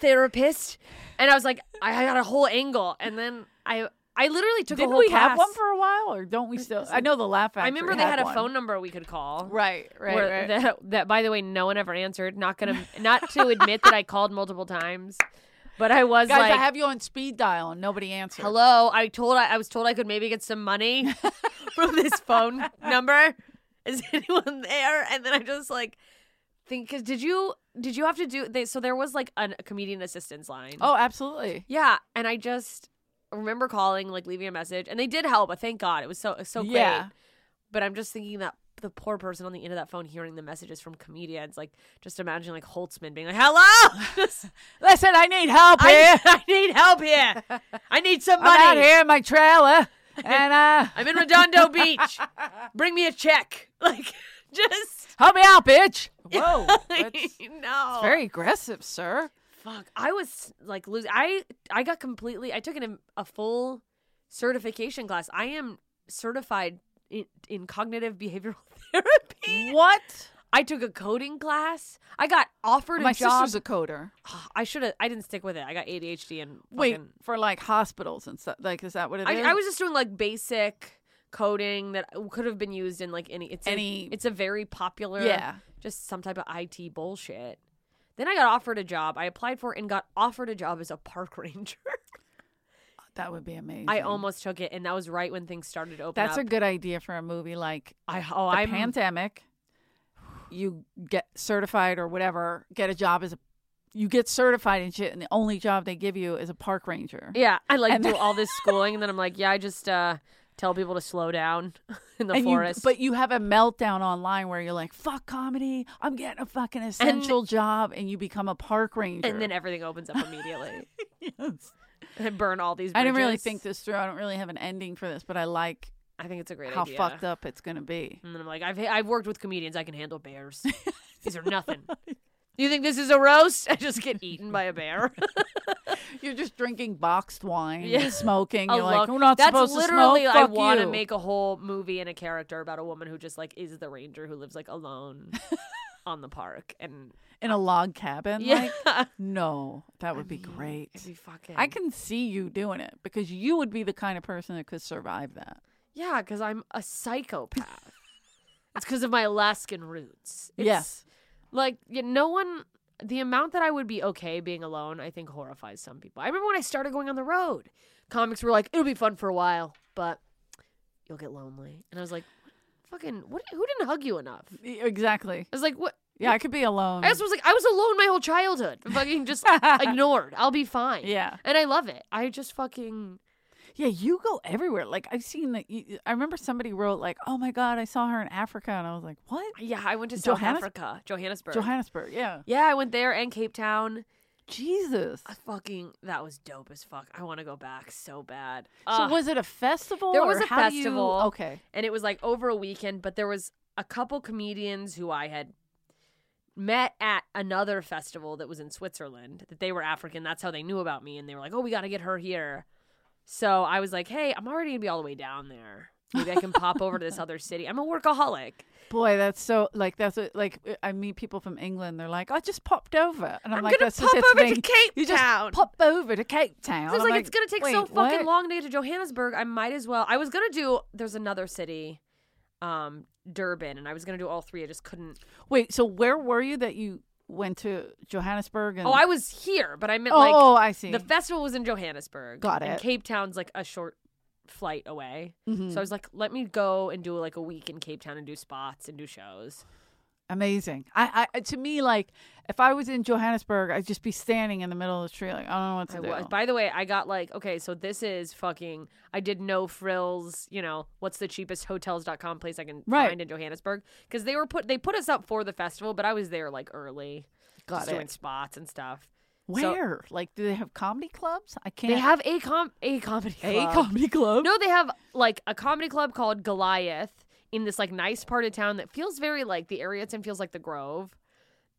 S4: therapist. And I was like, I I got a whole angle. And then I, I literally took a
S2: Didn't
S4: whole
S2: we
S4: class.
S2: have one for a while, or don't we still? I know the Laugh Factory.
S4: I remember they had, a
S2: one.
S4: phone number we could call.
S2: Right, right,
S4: where-
S2: right.
S4: That, that, by the way, no one ever answered. Not gonna, not to admit that I called multiple times, but I was
S2: Guys,
S4: like,
S2: I have you on speed dial, and nobody answered.
S4: Hello, I told I, I was told I could maybe get some money. from this phone number. Is anyone there? And then I just like think because did you did you have to do they, so there was like an, a comedian assistance line.
S2: Oh, absolutely.
S4: yeah, and I just remember calling like leaving a message, and they did help. But thank God it was so it was so great.
S2: Yeah.
S4: But I'm just thinking that the poor person on the end of that phone hearing the messages from comedians, like just imagine like Holtzman being like, "Hello, Just,
S2: Listen, I need help
S4: I,
S2: here.
S4: I need help here. I need some money.
S2: I'm out here in my trailer, and uh,
S4: I'm in Redondo Beach. Bring me a check. Like, just
S2: help me out, bitch. Whoa, that's
S4: no.
S2: very aggressive, sir.
S4: Fuck. I was like losing. I I got completely. I took an, a full certification class. I am certified in, in cognitive behavioral
S2: Mm.
S4: therapy.
S2: What?
S4: I took a coding class. I got offered
S2: My
S4: a job.
S2: sister's a coder.
S4: I should have. I didn't stick with it. I got ADHD and
S2: Wait,
S4: fucking-
S2: for like hospitals and stuff. Like, is that what it is?
S4: I, I was just doing like basic coding that could have been used in like any it's
S2: Any-
S4: a, it's a very popular
S2: Yeah.
S4: just some type of IT bullshit. Then I got offered a job. I applied for it and got offered a job as a park ranger.
S2: That would be amazing.
S4: I almost took it, and that was right when things started to open
S2: That's a
S4: up.
S2: good idea for a movie like
S4: I oh
S2: the
S4: I'm
S2: pandemic. You get certified or whatever. Get a job as a. You get certified and shit, and the only job they give you is a park ranger.
S4: yeah. I like
S2: And
S4: do
S2: then-
S4: all this schooling, and then I'm like, yeah, I just uh, tell people to slow down in the
S2: And you-
S4: forest.
S2: but you have a meltdown online where you're like, "Fuck comedy! I'm getting a fucking essential job," and you become a park ranger.
S4: and then everything opens up immediately.
S2: Yes.
S4: and I burn all these.
S2: I didn't really
S4: bridges.
S2: think this through. I don't really have an ending for this, but I like
S4: I think it's a great
S2: how
S4: idea. Mm.
S2: fucked up it's gonna be.
S4: And then I'm like, I've I've worked with comedians. I can handle bears. These are nothing. You think this is a roast? I just get eaten by a bear.
S2: You're just drinking boxed wine,
S4: Yeah.
S2: and smoking.
S4: A
S2: You're like,
S4: look-
S2: we're not
S4: That's
S2: supposed
S4: literally
S2: to smoke.
S4: I
S2: Fuck
S4: want to
S2: you."
S4: make a whole movie and a character about a woman who just like is the ranger who lives like alone on the park and
S2: in a log cabin.
S4: yeah,
S2: Like, no, that would be great.
S4: It'd be fucking.
S2: I can see you doing it because you would be the kind of person that could survive that.
S4: yeah, because I'm a psychopath. it's because of my Alaskan roots. It's,
S2: yes.
S4: like yeah, no one the amount that i would be okay being alone i think horrifies some people i remember when i started going on the road comics were like it'll be fun for a while but you'll get lonely and i was like fucking what who didn't hug you enough i
S2: E- Exactly.
S4: was like what
S2: Yeah, I could be alone.
S4: i just was like i was alone my whole childhood fucking just ignored i'll be fine
S2: Yeah.
S4: and i love it i just fucking
S2: Yeah, you go everywhere. Like I've seen that. You, I remember somebody wrote like, "Oh my god, I saw her in Africa," and I was like, "What?
S4: yeah i went to south
S2: Johannes-
S4: africa johannesburg
S2: Johannesburg? Yeah,
S4: yeah i went there and cape town
S2: Jesus."
S4: I fucking that was dope as fuck i want to go back so bad
S2: So
S4: Ugh.
S2: was it a festival?
S4: uh, There was
S2: or
S4: a
S2: how do you-
S4: festival.
S2: okay.
S4: and it was like over a weekend but there was a couple comedians who i had met at another festival that was in switzerland that they were african that's how they knew about me and they were like oh we got to get her here so i was like hey i'm already gonna be all the way down there maybe i can pop over to this other city i'm a workaholic
S2: Boy, that's so like that's what, like I meet people from England. They're like, I just popped over, and I'm,
S4: I'm
S2: like,
S4: gonna
S2: that's just
S4: pop
S2: its
S4: over to
S2: thing.
S4: Cape
S2: you just
S4: Town."
S2: Pop over to Cape Town.
S4: So it's
S2: I'm
S4: like, it's gonna take so
S2: "Wait,
S4: fucking
S2: what?"
S4: long to get to Johannesburg. I might as well. I was gonna do. There's another city, um, Durban, and I was gonna do all three. I just couldn't.
S2: Wait, so where were you that you went to Johannesburg? And
S4: Oh, I was here, but I meant
S2: oh,
S4: like
S2: oh, I see.
S4: The festival was in Johannesburg.
S2: Got
S4: And
S2: it.
S4: Cape Town's like a short flight away.
S2: Mhm.
S4: So I was like, let me go and do like a week in Cape Town and do spots and do shows.
S2: Amazing. I, I to me like if I was in Johannesburg, I'd just be standing in the middle of the tree like I don't know what to
S4: I
S2: do.
S4: was. By the way, I got like, okay, so this is fucking I did no frills, you know, what's the cheapest hotels.com place I can
S2: Right.
S4: find in Johannesburg cuz they were put they put us up for the festival, but I was there like early
S2: Got
S4: just
S2: it.
S4: doing spots and stuff. So-
S2: where? like do they have comedy clubs? I can't
S4: They have a com a comedy club.
S2: a comedy club.
S4: No, they have like a comedy club called Goliath in this like nice part of town that feels very like the area it's in feels like the Grove.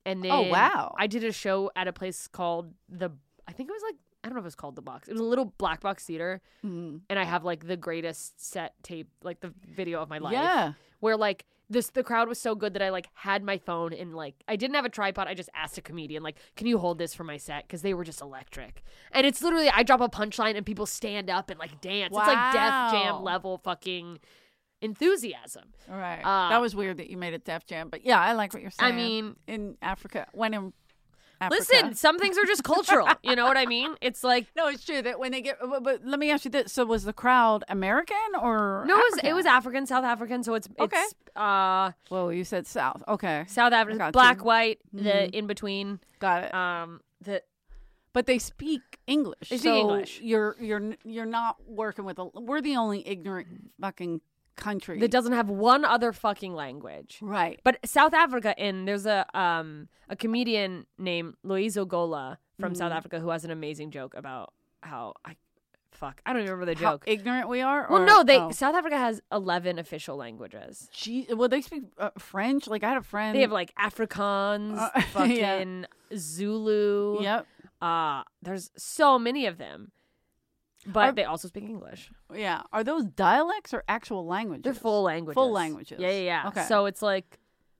S4: And then
S2: Oh, wow.
S4: I did a show at a place called the I think it was like I don't know if it was called the box. It was a little black box theater
S2: Mm.
S4: and I have like the greatest set tape like the video of my life.
S2: Yeah.
S4: Where like this the crowd was so good that I like had my phone and like I didn't have a tripod. I just asked a comedian like, "Can you hold this for my set?" cuz they were just electric. And it's literally I drop a punchline and people stand up and like dance. It's like Def
S2: Wow.
S4: Jam level fucking enthusiasm.
S2: All right.
S4: Uh,
S2: that was weird that you made a Def Jam, but yeah, I like what you're saying.
S4: mean-
S2: in Africa, when in Africa.
S4: Listen, some things are just cultural. you know what I mean? It's like
S2: No, it's true that when they get. But, but let me ask you this: So was the crowd American or
S4: no, it was, it
S2: African?
S4: was African, South African, so it's
S2: Okay.
S4: it's uh
S2: Whoa, you said South. Okay,
S4: South
S2: got
S4: Africa, Mm-hmm.
S2: you.
S4: black, white, the
S2: Mhm.
S4: in between.
S2: got it.
S4: Um, the
S2: But they speak English.
S4: They speak
S2: so
S4: English.
S2: You're you're n- you're not working with a. We're the only ignorant fucking country
S4: that doesn't have one other fucking language.
S2: Right.
S4: But South Africa, in there's a um a comedian named Luis Ogola from
S2: Mm.
S4: South Africa who has an amazing joke about how I fuck I don't even remember the
S2: How
S4: joke.
S2: ignorant we are.
S4: well,
S2: or-
S4: no, they
S2: oh.
S4: South Africa has eleven official languages.
S2: Gee, well, they speak uh, French. Like I had a friend.
S4: They have like Afrikaans,
S2: Uh, yeah.
S4: fucking Zulu.
S2: Yep.
S4: Uh, there's so many of them, but
S2: Are-
S4: they also speak English.
S2: Yeah. Are those dialects or actual languages?
S4: They're full languages.
S2: Full languages.
S4: Yeah, yeah, yeah.
S2: Okay.
S4: So it's like,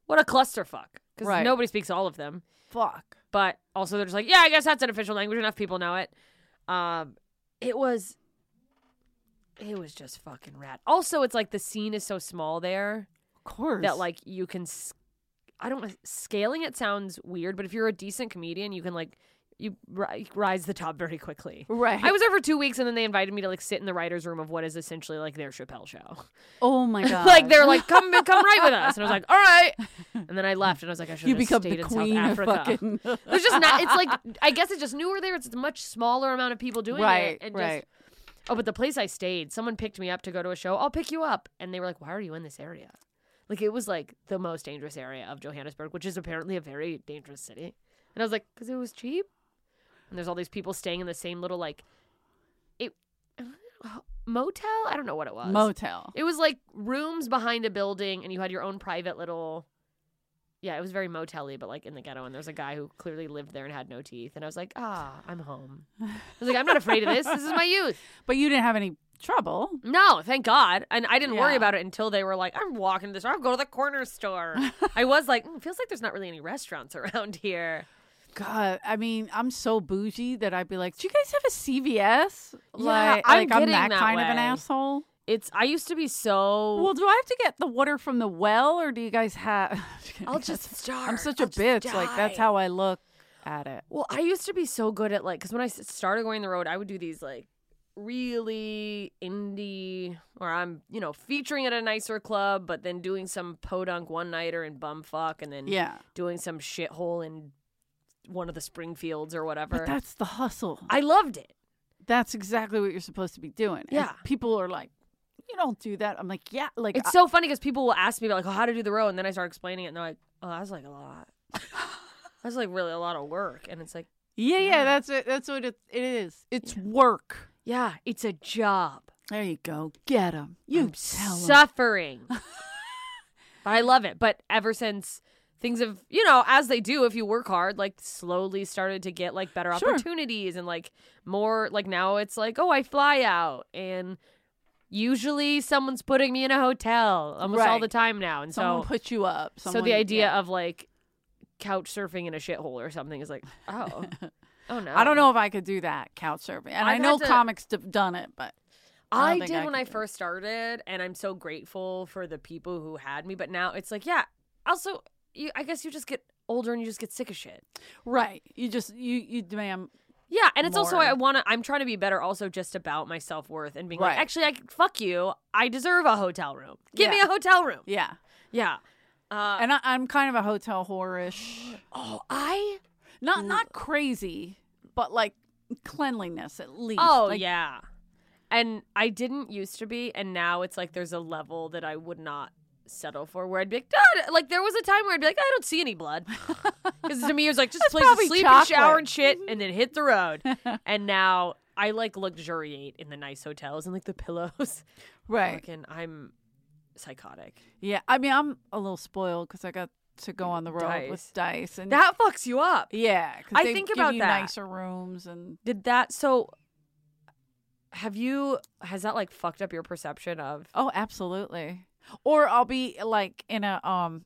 S4: what a clusterfuck. Because
S2: Right.
S4: nobody speaks all of them.
S2: Fuck.
S4: But also they're just like, yeah, I guess that's an official language. Enough people know it. Um, it was, it was just fucking rad. Also, it's like the scene is so small there
S2: Of course.
S4: that like you can, s- I don't wanna- scaling it sounds weird, but if you're a decent comedian, you can like, you ri- rise the top very quickly.
S2: Right.
S4: I was there for two weeks, and then they invited me to like sit in the writers' room of what is essentially like their Chappelle show.
S2: oh my god.
S4: like they're like, come come right with us, and I was like, all right. And then I left, and I was like, I should
S2: you
S4: have
S2: become
S4: stayed
S2: the
S4: in
S2: queen
S4: South
S2: of
S4: Africa.
S2: fucking.
S4: There's just not. It's like I guess it just newer there. It's a much smaller amount of people doing
S2: right.
S4: it. And just-
S2: right.
S4: oh, but the place I stayed, someone picked me up to go to a show. I'll pick you up, and they were like, why are you in this area? Like it was like the most dangerous area of Johannesburg, which is apparently a very dangerous city. And I was like, because it was cheap, and there's all these people staying in the same little like, it motel. I don't know what it was.
S2: Motel.
S4: It was like rooms behind a building, and you had your own private little. Yeah, it was very motel-y, but like in the ghetto. And there was a guy who clearly lived there and had no teeth. And I was like, ah, I'm home. I was like, I'm not afraid of this. This is my youth.
S2: But you didn't have any trouble.
S4: No, thank God. And I didn't worry
S2: Yeah.
S4: about it until they were like, I'm walking to the store. I'll go to the corner store. I was like, mm, feels like there's not really any restaurants around here.
S2: God, I mean, I'm so bougie that I'd be like, "Do you guys have a CVS?"
S4: Yeah,
S2: like,
S4: I'm
S2: like I'm
S4: getting
S2: that,
S4: that
S2: kind of an
S4: way.
S2: asshole.
S4: It's. I used to be so.
S2: Well, do I have to get the water from the well, or do you guys have?
S4: I'll just starve.
S2: I'm such
S4: I'll
S2: a
S4: just
S2: bitch. Like that's
S4: die.
S2: how I look at it.
S4: Well, I used to be so good at like, because when I s- started going the road, I would do these like really indie, where I'm, you know, featuring at a nicer club, but then doing some podunk one nighter in bumfuck, and then
S2: Yeah,
S4: doing some shithole in one of the Springfields or whatever.
S2: but that's the hustle.
S4: I loved it.
S2: That's exactly what you're supposed to be doing. And
S4: Yeah.
S2: people are like, "You don't do that." I'm like, "Yeah." Like
S4: It's so funny because people will ask me about like, oh, how to do the road, and then I start explaining it, and they're like, oh, that's like a lot. that's like really a lot of work, and it's like,
S2: yeah, yeah.
S4: Yeah.
S2: That's it. That's what it, it is. It's work.
S4: yeah, it's a job.
S2: There you go. Get them. You
S4: I'm
S2: tell 'em.
S4: suffering. but I love it. But ever since things have, you know, as they do, if you work hard, like slowly started to get like better
S2: Sure.
S4: opportunities and like more, like now it's like, oh, I fly out and usually someone's putting me in a hotel almost all
S2: Right.
S4: the time now. And
S2: Someone
S4: so,
S2: put you up.
S4: so the
S2: someone-
S4: idea
S2: yeah.
S4: of like couch surfing in a shithole or something is like, oh, oh no.
S2: I don't know if I could do that couch surfing, and i
S4: I've
S2: know
S4: had to-
S2: comics have done it, but I
S4: I,
S2: don't think
S4: did
S2: I
S4: when
S2: could
S4: I
S2: do it.
S4: first started, and I'm so grateful for the people who had me. But now it's like, yeah. Also, you, I guess you just get older and you just get sick of shit.
S2: right. You just you you damn
S4: Yeah, and it's also
S2: More.
S4: I want to. I'm trying to be better, also just about my self worth and being
S2: Right.
S4: like, actually, I fuck you. I deserve a hotel room. Give me
S2: Yeah.
S4: a hotel room.
S2: yeah.
S4: Yeah. Uh,
S2: and I, I'm kind of a hotel whorish.
S4: oh, I.
S2: Not not crazy, but like cleanliness at least.
S4: Oh
S2: Like,
S4: yeah. And I didn't used to be, and now it's like there's a level that I would not settle for where I'd be like, Dad, like there was a time where I'd be like, I don't see any blood. Because to me it was like just place
S2: probably
S4: to sleep
S2: chocolate.
S4: and shower and shit and then hit the road. and now I like luxuriate in the nice hotels and like the pillows.
S2: right.
S4: Fucking I'm psychotic.
S2: Yeah, I mean I'm a little spoiled because I got to go on the road
S4: Dice.
S2: with Dice and
S4: That fucks you up.
S2: Mm. yeah. 'cause
S4: I
S2: they
S4: think
S2: give
S4: about
S2: you
S4: that.
S2: nicer rooms and
S4: Did that so have you has that like fucked up your perception of
S2: oh, absolutely. Or I'll be like in a um.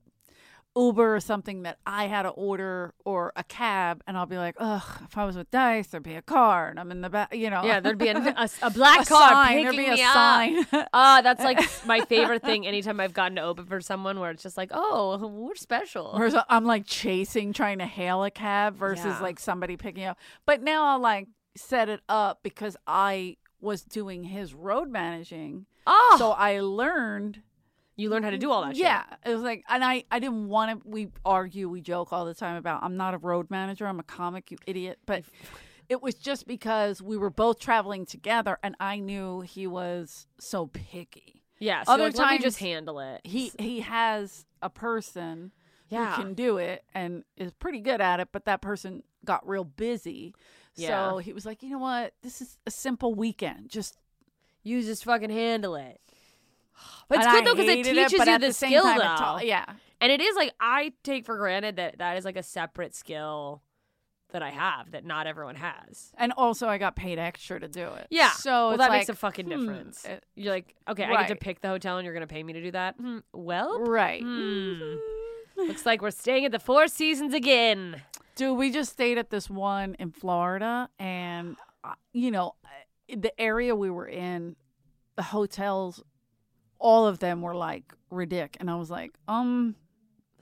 S2: Uber or something that I had to order or a cab, and I'll be like, ugh, if I was with Dice, there'd be a car, and I'm in the back, you know.
S4: Yeah, there'd be a, a, a
S2: a
S4: black car
S2: sign. There'd
S4: picking
S2: be a
S4: me up.
S2: sign.
S4: Ah, that's like my favorite thing. Anytime I've gotten to open for someone, where it's just like, oh, we're special.
S2: Whereas I'm like chasing, trying to hail a cab versus
S4: Yeah.
S2: like somebody picking up. But now I'll like set it up because I was doing his road managing.
S4: oh,
S2: So I learned
S4: you learned how to do all that. shit.
S2: Yeah, it was like, and I, I didn't want to. We argue, we joke all the time about I'm not a road manager, I'm a comic, you idiot. But it was just because we were both traveling together, and I knew he was so picky.
S4: yeah. So
S2: Other
S4: Other like, let me
S2: times-
S4: just handle it.
S2: He he has a person
S4: Yeah.
S2: who can do it and is pretty good at it, but that person got real busy. So
S4: Yeah.
S2: he was like, you know what, this is a simple weekend, just
S4: you just fucking handle it. But it's
S2: and
S4: good
S2: I
S4: though because it
S2: hated
S4: teaches
S2: but
S4: you
S2: at
S4: the,
S2: same
S4: skill
S2: time,
S4: though.
S2: it taught- yeah.
S4: And it is like I take for granted that that is like a separate skill that I have that not everyone has.
S2: And also, I got paid extra to do it.
S4: Yeah.
S2: So
S4: well,
S2: it's
S4: that
S2: like,
S4: makes a fucking
S2: hmm,
S4: difference.
S2: it-
S4: You're like, okay, I get to
S2: Right.
S4: pick the hotel, and you're gonna pay me to do that. Hmm, well,
S2: right.
S4: hmm. looks like we're staying at the Four Seasons again.
S2: Dude, we just stayed at this one in Florida, and uh, you know, uh, the area we were in, the hotels, all of them were like ridic, and I was like, um,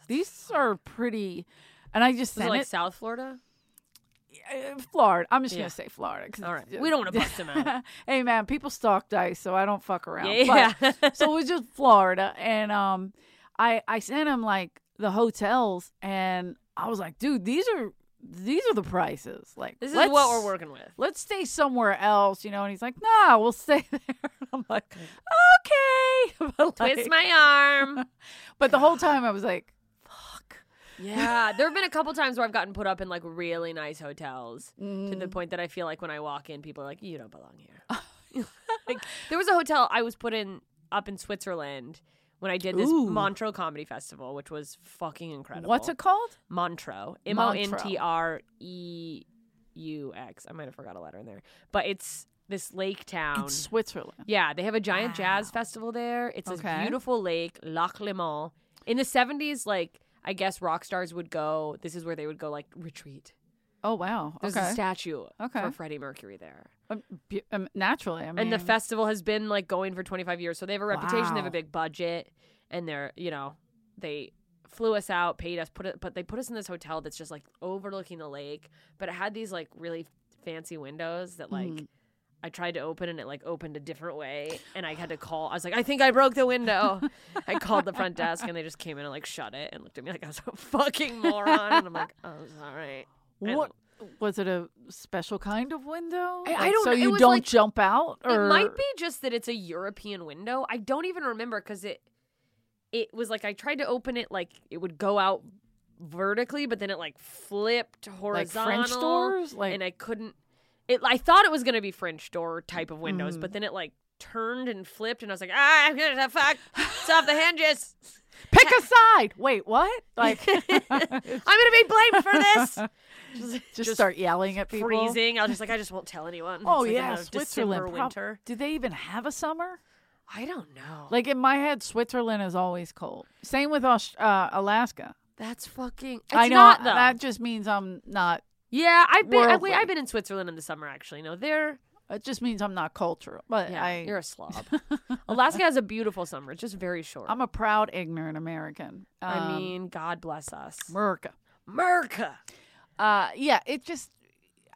S2: these are pretty. And I just
S4: Was it
S2: sent
S4: like
S2: it,
S4: South Florida?
S2: uh, Florida. I'm just
S4: Yeah.
S2: gonna say Florida. 'cause
S4: All
S2: it's-
S4: right. We don't wanna bust 'em out.
S2: hey man, people stalk dice, so I don't fuck around. But-
S4: Yeah.
S2: so it was just Florida, and um, I I sent him like the hotels, and I was like, dude, these are these are the prices. Like
S4: this is
S2: let's-
S4: what we're working with.
S2: Let's stay somewhere else, you know. And he's like, nah, we'll stay there. And I'm like, okay. but, like-
S4: Twist my arm.
S2: but the whole time I was like, fuck.
S4: yeah. There have been a couple times where I've gotten put up in like really nice hotels. to the
S2: Mm.
S4: point that I feel like when I walk in, people are like, "You don't belong here." like there was a hotel I was put in up in Switzerland when I did this
S2: Ooh.
S4: Montreux Comedy Festival, which was fucking incredible.
S2: What's it called?
S4: Montreux? M O N T R E U X. I might have forgot a letter in there, but it's this lake town.
S2: In Switzerland.
S4: yeah, they have a giant jazz festival there. It's
S2: Okay.
S4: this beautiful lake, Lac Leman. In the seventies, like I guess rock stars would go. This is where they would go like retreat.
S2: Oh wow.
S4: There's
S2: okay.
S4: a statue
S2: Okay.
S4: for Freddie Mercury there.
S2: Um, bu- um, naturally, I mean,
S4: and the festival has been like going for 25 years. So they have a reputation, they have
S2: Wow.
S4: a big budget, and they're, you know, they flew us out, paid us, put it, but they put us in this hotel that's just like overlooking the lake, but it had these like really fancy windows that like
S2: Mhm.
S4: I tried to open and it like opened a different way and I had to call. I was like, I think I broke the window. I called the front desk and they just came in and like shut it and looked at me like I was a fucking moron and I'm like, "Oh, sorry." I
S2: what was it? A special kind of window?
S4: I- I
S2: Like,
S4: don't
S2: So
S4: know. It
S2: you
S4: was
S2: don't
S4: like-
S2: jump out, or
S4: It might be just that it's a European window. I don't even remember because it it was like I tried to open it like it would go out vertically, but then it like flipped
S2: like
S4: horizontal.
S2: French doors, like
S4: and I couldn't. It I thought it was gonna be French door type of windows,
S2: Mm.
S4: but then it like turned and flipped, and I was like, ah, I'm gonna fuck, it's off the hinges.
S2: pick a side. Wait, what? Like
S4: I'm gonna be blamed for this. Just,
S2: just start yelling at people.
S4: freezing. I was just like, I just won't tell anyone.
S2: Oh
S4: It's like in
S2: yeah,
S4: the
S2: Switzerland.
S4: December
S2: prob-
S4: winter.
S2: Do they even have a summer?
S4: I don't know.
S2: Like in my head, Switzerland is always cold. Same with Aus- uh, Alaska.
S4: That's fucking. It's
S2: I know
S4: not, though.
S2: that just means I'm not.
S4: Yeah, I've been. I,
S2: Worldly.
S4: wait, I've been in Switzerland in the summer. Actually, no, they're.
S2: It just means I'm not cultural. But
S4: Yeah,
S2: I,
S4: you're a slob. Alaska has a beautiful summer. It's just very short.
S2: I'm a proud ignorant American.
S4: I
S2: Um,
S4: mean, God bless us,
S2: America.
S4: America.
S2: Uh, yeah, it just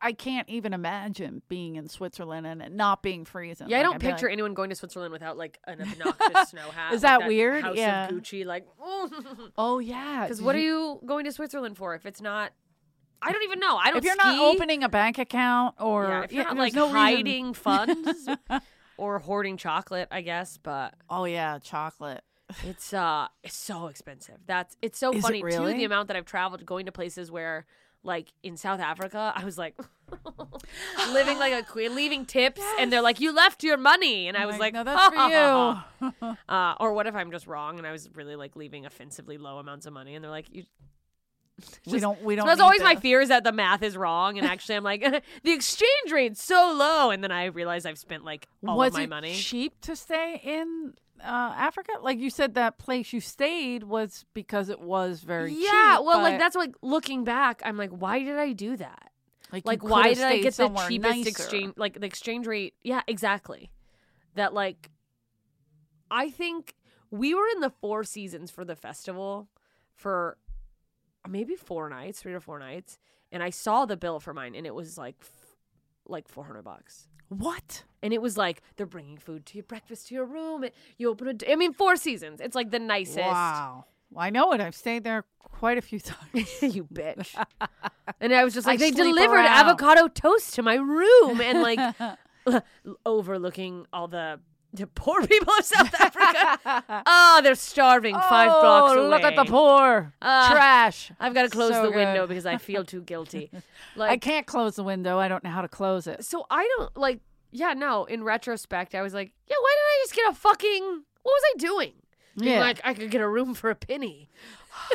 S2: I can't even imagine being in Switzerland and it not being freezing.
S4: Yeah, I
S2: Like,
S4: don't
S2: I'd be like,
S4: picture anyone going to Switzerland without like an obnoxious snow hat.
S2: Is
S4: like
S2: that weird?
S4: House
S2: Yeah.
S4: of Gucci, like.
S2: oh yeah,
S4: Because
S2: did
S4: what are
S2: you-
S4: you going to Switzerland for if it's not? I don't even know. I don't.
S2: If you're
S4: ski.
S2: not opening a bank account or
S4: yeah, if you're not
S2: there's
S4: like
S2: no reason-
S4: hiding funds or hoarding chocolate, I guess. But
S2: Oh yeah, chocolate.
S4: It's uh it's so expensive. That's it's so
S2: Is it
S4: funny too
S2: really?
S4: the amount that I've traveled going to places where like in South Africa, I was like living like a queen, leaving tips, and they're like, "You left your money," and I was like,
S2: no, that's for you.
S4: Uh, or what if I'm just wrong and I was really like leaving offensively low amounts of money, and they're like, "You."
S2: we don't. We
S4: So
S2: don't.
S4: that's
S2: need
S4: always my
S2: this.
S4: fear is that the math is wrong, and actually I'm like, the exchange rate's so low, and then I realize I've spent like all
S2: Was
S4: of my
S2: it
S4: money.
S2: cheap to stay in uh, Africa? Like you said, that place you stayed was because it was very cheap.
S4: yeah, well,
S2: but,
S4: like that's like looking back, I'm like, why did I do that?
S2: like, you
S4: Like,
S2: could
S4: why
S2: have
S4: did I
S2: stayed
S4: get the
S2: somewhere
S4: cheapest
S2: nicer.
S4: exchange? Like the exchange rate? Yeah, exactly. That like, I think we were in the Four Seasons for the festival for maybe four nights, three or four nights, and I saw the bill for mine, and it was like, f- like four hundred bucks.
S2: What?
S4: And it was like they're bringing food to your breakfast to your room. And you open a. d- I mean, Four Seasons. It's like the nicest.
S2: Wow. Well, I know it. I've stayed there quite a few times.
S4: you bitch. and I was just
S2: I
S4: like, they
S2: sleep
S4: delivered
S2: around.
S4: avocado toast to my room and like overlooking all the, the poor people of South Africa. oh, they're starving five blocks away.
S2: Oh, look at the poor
S4: Ah,
S2: trash.
S4: I've got to close
S2: So
S4: the window
S2: good.
S4: because I feel too guilty.
S2: I
S4: Like,
S2: can't close the window. I don't know how to close it.
S4: so I don't like. Yeah, no. In retrospect, I was like, yeah, why didn't I just get a fucking? What was I doing? Being
S2: Yeah.
S4: Like I could get a room for a penny.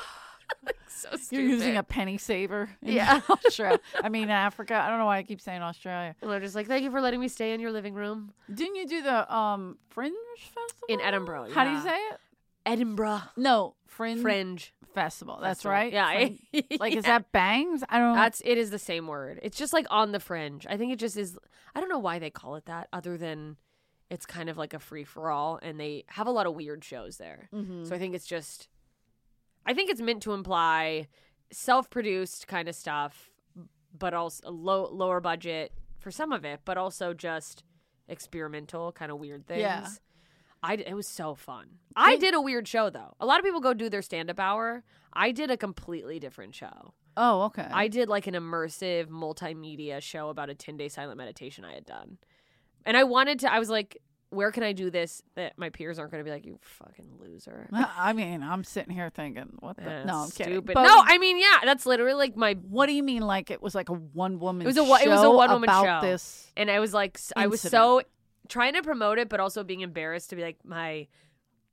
S4: like, so stupid.
S2: You're using a penny saver. in
S4: Yeah.
S2: Australia. I mean, Africa. I don't know why I keep saying Australia.
S4: And I'm just like, thank you for letting me stay in your living room
S2: Didn't you do the um Fringe Festival?
S4: in Edinburgh.
S2: How do you
S4: yeah.
S2: say it?
S4: Edinburgh
S2: No, Fringe
S4: Fringe?
S2: Festival. That's
S4: Festival.
S2: right.
S4: Yeah.
S2: Fringe. Like, is
S4: Yeah.
S2: that bangs? I don't
S4: That's it is the same word. It's just like on the fringe. I think it just is. I don't know why they call it that, other than it's kind of like a free for all, and they have a lot of weird shows there.
S2: Mhm.
S4: So I think it's just, I think it's meant to imply self-produced kind of stuff, but also low lower budget for some of it, but also just experimental kind of weird things.
S2: Yeah.
S4: I d- it was so fun. I did a weird show though. A lot of people go do their stand-up hour. I did a completely different show.
S2: Oh, okay.
S4: I did like an immersive multimedia show about a 10 day silent meditation I had done. And I wanted to, I was like, where can I do this that my peers aren't going to be like, you fucking loser?
S2: I mean, I'm sitting here thinking, what the?
S4: Eh,
S2: no, I'm kidding.
S4: stupid.
S2: But
S4: no, I mean, yeah, that's literally like my.
S2: what do you mean? Like it was like a one woman.
S4: It was a wa-
S2: Show
S4: it was a one-woman
S2: about
S4: show.
S2: This.
S4: And I was like, s- I was so trying to promote it, but also being embarrassed to be like, my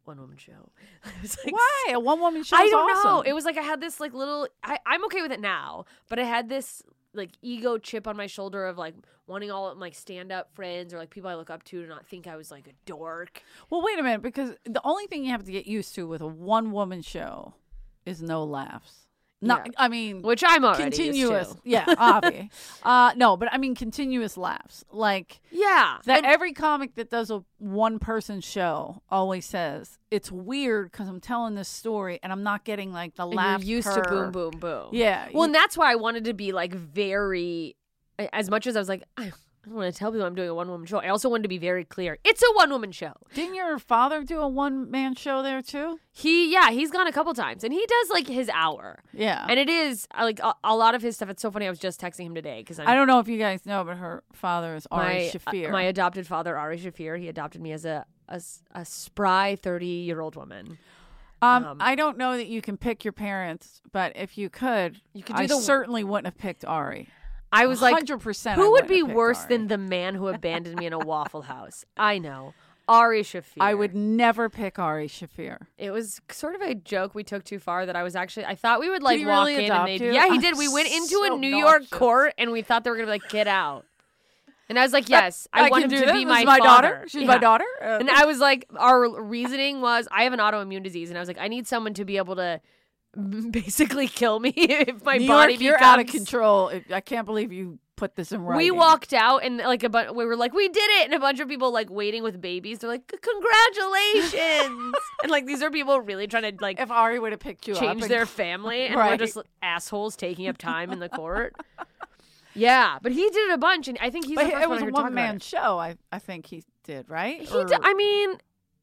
S4: one woman show. I was like,
S2: Why a one woman show?
S4: I
S2: is
S4: don't
S2: awesome.
S4: know. It was like I had this like little. I, I'm okay with it now, but I had this like ego chip on my shoulder of like wanting all of my stand up friends or like people I look up to to not think I was like a dork.
S2: Well, wait a minute, because the only thing you have to get used to with a one woman show is no laughs. Not,
S4: Yeah.
S2: I mean,
S4: Which I'm already used
S2: continuous.
S4: to.
S2: Yeah, obvi. uh, no, but I mean continuous laughs. Like
S4: Yeah,
S2: that.
S4: And-
S2: every comic that does a one person show always says it's weird because I'm telling this story and I'm not getting like the
S4: and
S2: laugh.
S4: you're used to
S2: per-
S4: boom, boom, boom.
S2: Yeah.
S4: Well, and
S2: you-
S4: that's why I wanted to be like very, as much as I was like, I don't want to tell people I'm doing a one woman show. I also wanted to be very clear. It's a one woman show.
S2: didn't your father do a one man show there too?
S4: He, yeah, he's gone a couple times, and he does like his hour.
S2: Yeah.
S4: And it is I like a, a lot of his stuff. It's so funny. I was just texting him today because
S2: I don't know if you guys know, but her father is Ari
S4: my, uh,
S2: Shafir.
S4: my adopted father, Ari Shafir, he adopted me as a a, s- a spry thirty year old woman.
S2: Um,
S4: Um,
S2: I don't know that you can pick your parents, but if you could,
S4: You could do
S2: I
S4: the-
S2: certainly wouldn't have picked Ari.
S4: I was like,
S2: 100% I
S4: who would
S2: wouldn't
S4: be
S2: have picked
S4: worse
S2: Ari.
S4: than the man who abandoned me in a Waffle House? I know, Ari Shafir.
S2: I would never pick Ari Shafir.
S4: It was sort of a joke we took too far that I was actually I thought we would like
S2: he
S4: walk
S2: really
S4: in
S2: adopt
S4: and they'd
S2: you?
S4: yeah he
S2: I'm
S4: did. We went into
S2: so
S4: a New York
S2: nauseous.
S4: court and we thought they were gonna be like get out. And I was like, yes, I, want
S2: can
S4: him
S2: do
S4: to
S2: this.
S4: be
S2: This
S4: my,
S2: is my daughter.
S4: father.
S2: She's my
S4: Yeah.
S2: daughter. Uh,
S4: And I was like, our reasoning was, I have an autoimmune disease, and I was like, I need someone to be able to basically kill me if my
S2: New
S4: body
S2: York, you're out of
S4: becomes-
S2: control. If- I can't believe you put this in writing.
S4: We walked out and like a bunch. We were like, we did it, and a bunch of people like waiting with babies. They're like, congratulations, and like these are people really trying to like
S2: If Ari would have picked you up,
S4: change
S2: and-
S4: their family, and we're
S2: Right.
S4: just assholes taking up time in the court. Yeah, but he did it a bunch, and I think he's.
S2: but
S4: the
S2: he-
S4: first
S2: it
S4: one
S2: was
S4: I
S2: a
S4: heard talk about
S2: one man
S4: it.
S2: show. I, I think he did right.
S4: He, d- I mean,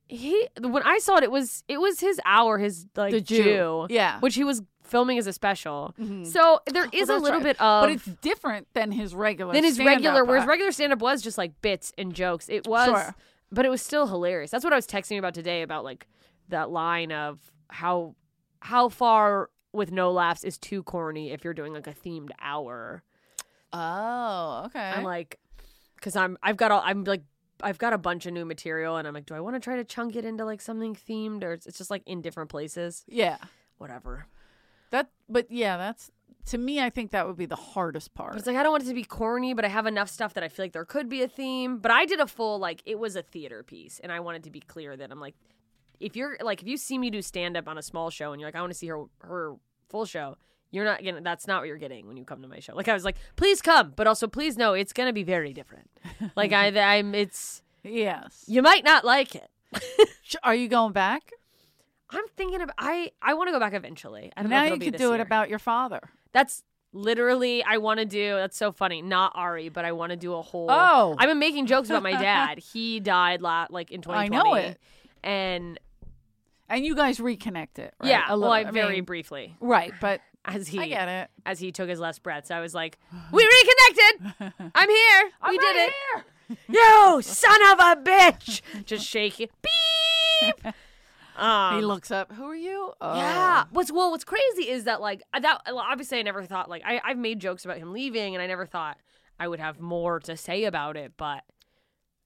S4: he when I saw it, it was it was his hour, his like
S2: the Jew. Yeah.
S4: which he was filming as a special.
S2: Mhm.
S4: So there is
S2: Well,
S4: a
S2: that's
S4: little
S2: right.
S4: bit of
S2: but it's different than his regular.
S4: than his
S2: stand-up.
S4: regular, where his
S2: I-
S4: regular stand up was just like bits and jokes. It was,
S2: Sure.
S4: but it was still hilarious. That's what I was texting you about today about like that line of how how far with no laughs is too corny if you're doing like a themed hour.
S2: Oh, okay.
S4: I'm like, because I'm I've got all I'm like I've got a bunch of new material and I'm like, do I want to try to chunk it into like something themed or it's it's just like in different places?
S2: yeah.
S4: Whatever.
S2: That, but yeah, that's to me. I think that would be the hardest part.
S4: But it's like I don't want it to be corny, but I have enough stuff that I feel like there could be a theme. But I did a full like it was a theater piece, and I wanted to be clear that I'm like if you're like if you see me do stand up on a small show and you're like I want to see her her full show, you're not gonna. That's not what you're getting when you come to my show. Like I was like, please come, but also please know it's gonna be very different. Like I I'm it's
S2: Yes.
S4: you might not like it.
S2: Sh- Are you going back?
S4: I'm thinking of I I want to go back eventually. I don't
S2: now
S4: know if it'll
S2: you
S4: be
S2: could
S4: this
S2: do it
S4: year.
S2: about your father.
S4: That's literally I want to do. That's so funny. Not Ari, but I want to do a whole.
S2: Oh.
S4: I've been making jokes about my dad. he died la- like in 2020.
S2: I know it.
S4: And
S2: And you guys reconnect it, right?
S4: yeah,
S2: A
S4: well,
S2: little-
S4: I,
S2: I
S4: very
S2: mean,
S4: briefly
S2: right, but
S4: as he
S2: I get it.
S4: as he took his last breaths, I was like, "We reconnected. I'm here.
S2: I'm
S4: we did
S2: right
S4: it. You son of a bitch! Just shake it. Beep. Um,
S2: he looks up. Who are you? Oh.
S4: Yeah. What's well, what's crazy is that like I- that. well, Obviously, I never thought like I, I've made jokes about him leaving, and I never thought I would have more to say about it. But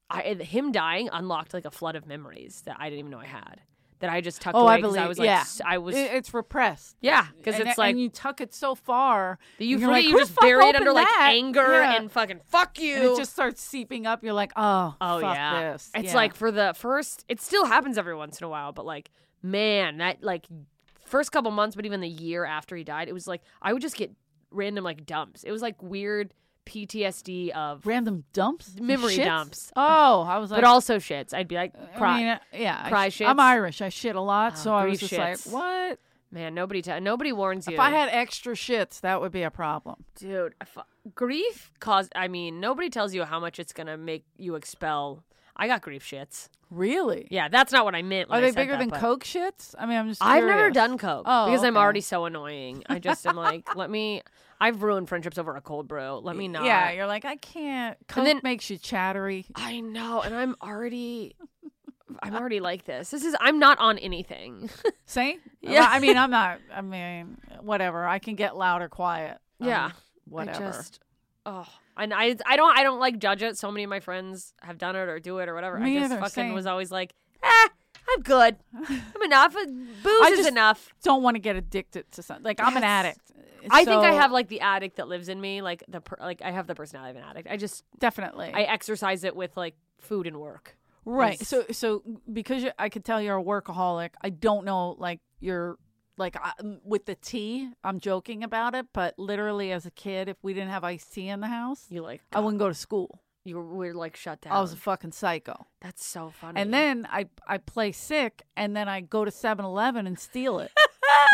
S4: I, and him dying unlocked like a flood of memories that I didn't even know I had. That I just tucked
S2: Oh,
S4: away
S2: I
S4: 'cause
S2: believe.
S4: I was like,
S2: yeah.
S4: s- I was,
S2: It- it's repressed.
S4: yeah, because
S2: And
S4: it's
S2: that-
S4: like
S2: and you tuck it so far
S4: that you
S2: and you're
S4: forget
S2: like,
S4: you
S2: who the
S4: just
S2: fuck
S4: bury it under
S2: opened
S4: like
S2: that?
S4: anger
S2: Yeah.
S4: and fucking fuck you.
S2: and it just starts seeping up. You're like, oh,
S4: Oh
S2: fuck
S4: yeah.
S2: this.
S4: It's
S2: Yeah.
S4: like for the first it still happens every once in a while, but like man, that like first couple months, but even the year after he died, it was like I would just get random like dumps. It was like weird PTSD of
S2: random dumps,
S4: Memory
S2: Shits?
S4: dumps.
S2: Oh, I was like,
S4: but also shits. I'd be like
S2: I
S4: cry.
S2: mean, uh, yeah, I
S4: Cry
S2: sh- I'm
S4: shits.
S2: Irish. I shit a lot,
S4: Oh,
S2: so I was
S4: grief
S2: just like,
S4: shits.
S2: what?
S4: man, nobody t- nobody warns you.
S2: If I had extra shits, that would be a problem.
S4: dude, if, grief cause I mean, nobody tells you how much it's going to make you expel. I got grief shits.
S2: Really?
S4: Yeah, that's not what I meant. when
S2: Are
S4: I
S2: they
S4: said
S2: bigger
S4: that,
S2: than
S4: but-
S2: Coke shits? I mean, I'm just.
S4: I've never
S2: curious.
S4: done Coke
S2: Oh,
S4: because I'm
S2: okay.
S4: already so annoying. I just am like, let me. I've ruined friendships over a cold brew. Let me not.
S2: Yeah, you're like, I can't. Coke
S4: then-
S2: makes you chattery.
S4: I know, and I'm already. I'm already like this. This is. I'm not on anything.
S2: See?
S4: Yeah.
S2: I mean, I'm not. I mean, whatever. I can get loud or quiet. Um,
S4: Yeah, I
S2: whatever.
S4: just. Oh, and I. I don't. I don't like judge it. So many of my friends have done it or do it or whatever.
S2: Me
S4: I just
S2: either,
S4: fucking
S2: same.
S4: was always like, eh, I'm good. I'm enough. Uh, Booze is
S2: just-
S4: enough.
S2: don't want to get addicted to something. Like I'm an
S4: Yes.
S2: addict.
S4: I think I
S2: so-
S4: have like the addict that lives in me. Like the per- like I have the personality of an addict. I just
S2: definitely.
S4: I exercise it with like food and work.
S2: right.
S4: is-
S2: So so because you, I could tell you're a workaholic. I don't know like you're like I, with the tea. I'm joking about it, but literally as a kid, if we didn't have iced tea in the house,
S4: You like
S2: I wouldn't go to school.
S4: you were like shut down.
S2: I was a fucking psycho.
S4: That's so funny.
S2: And then I I play sick, and then I go to 7-Eleven and steal it.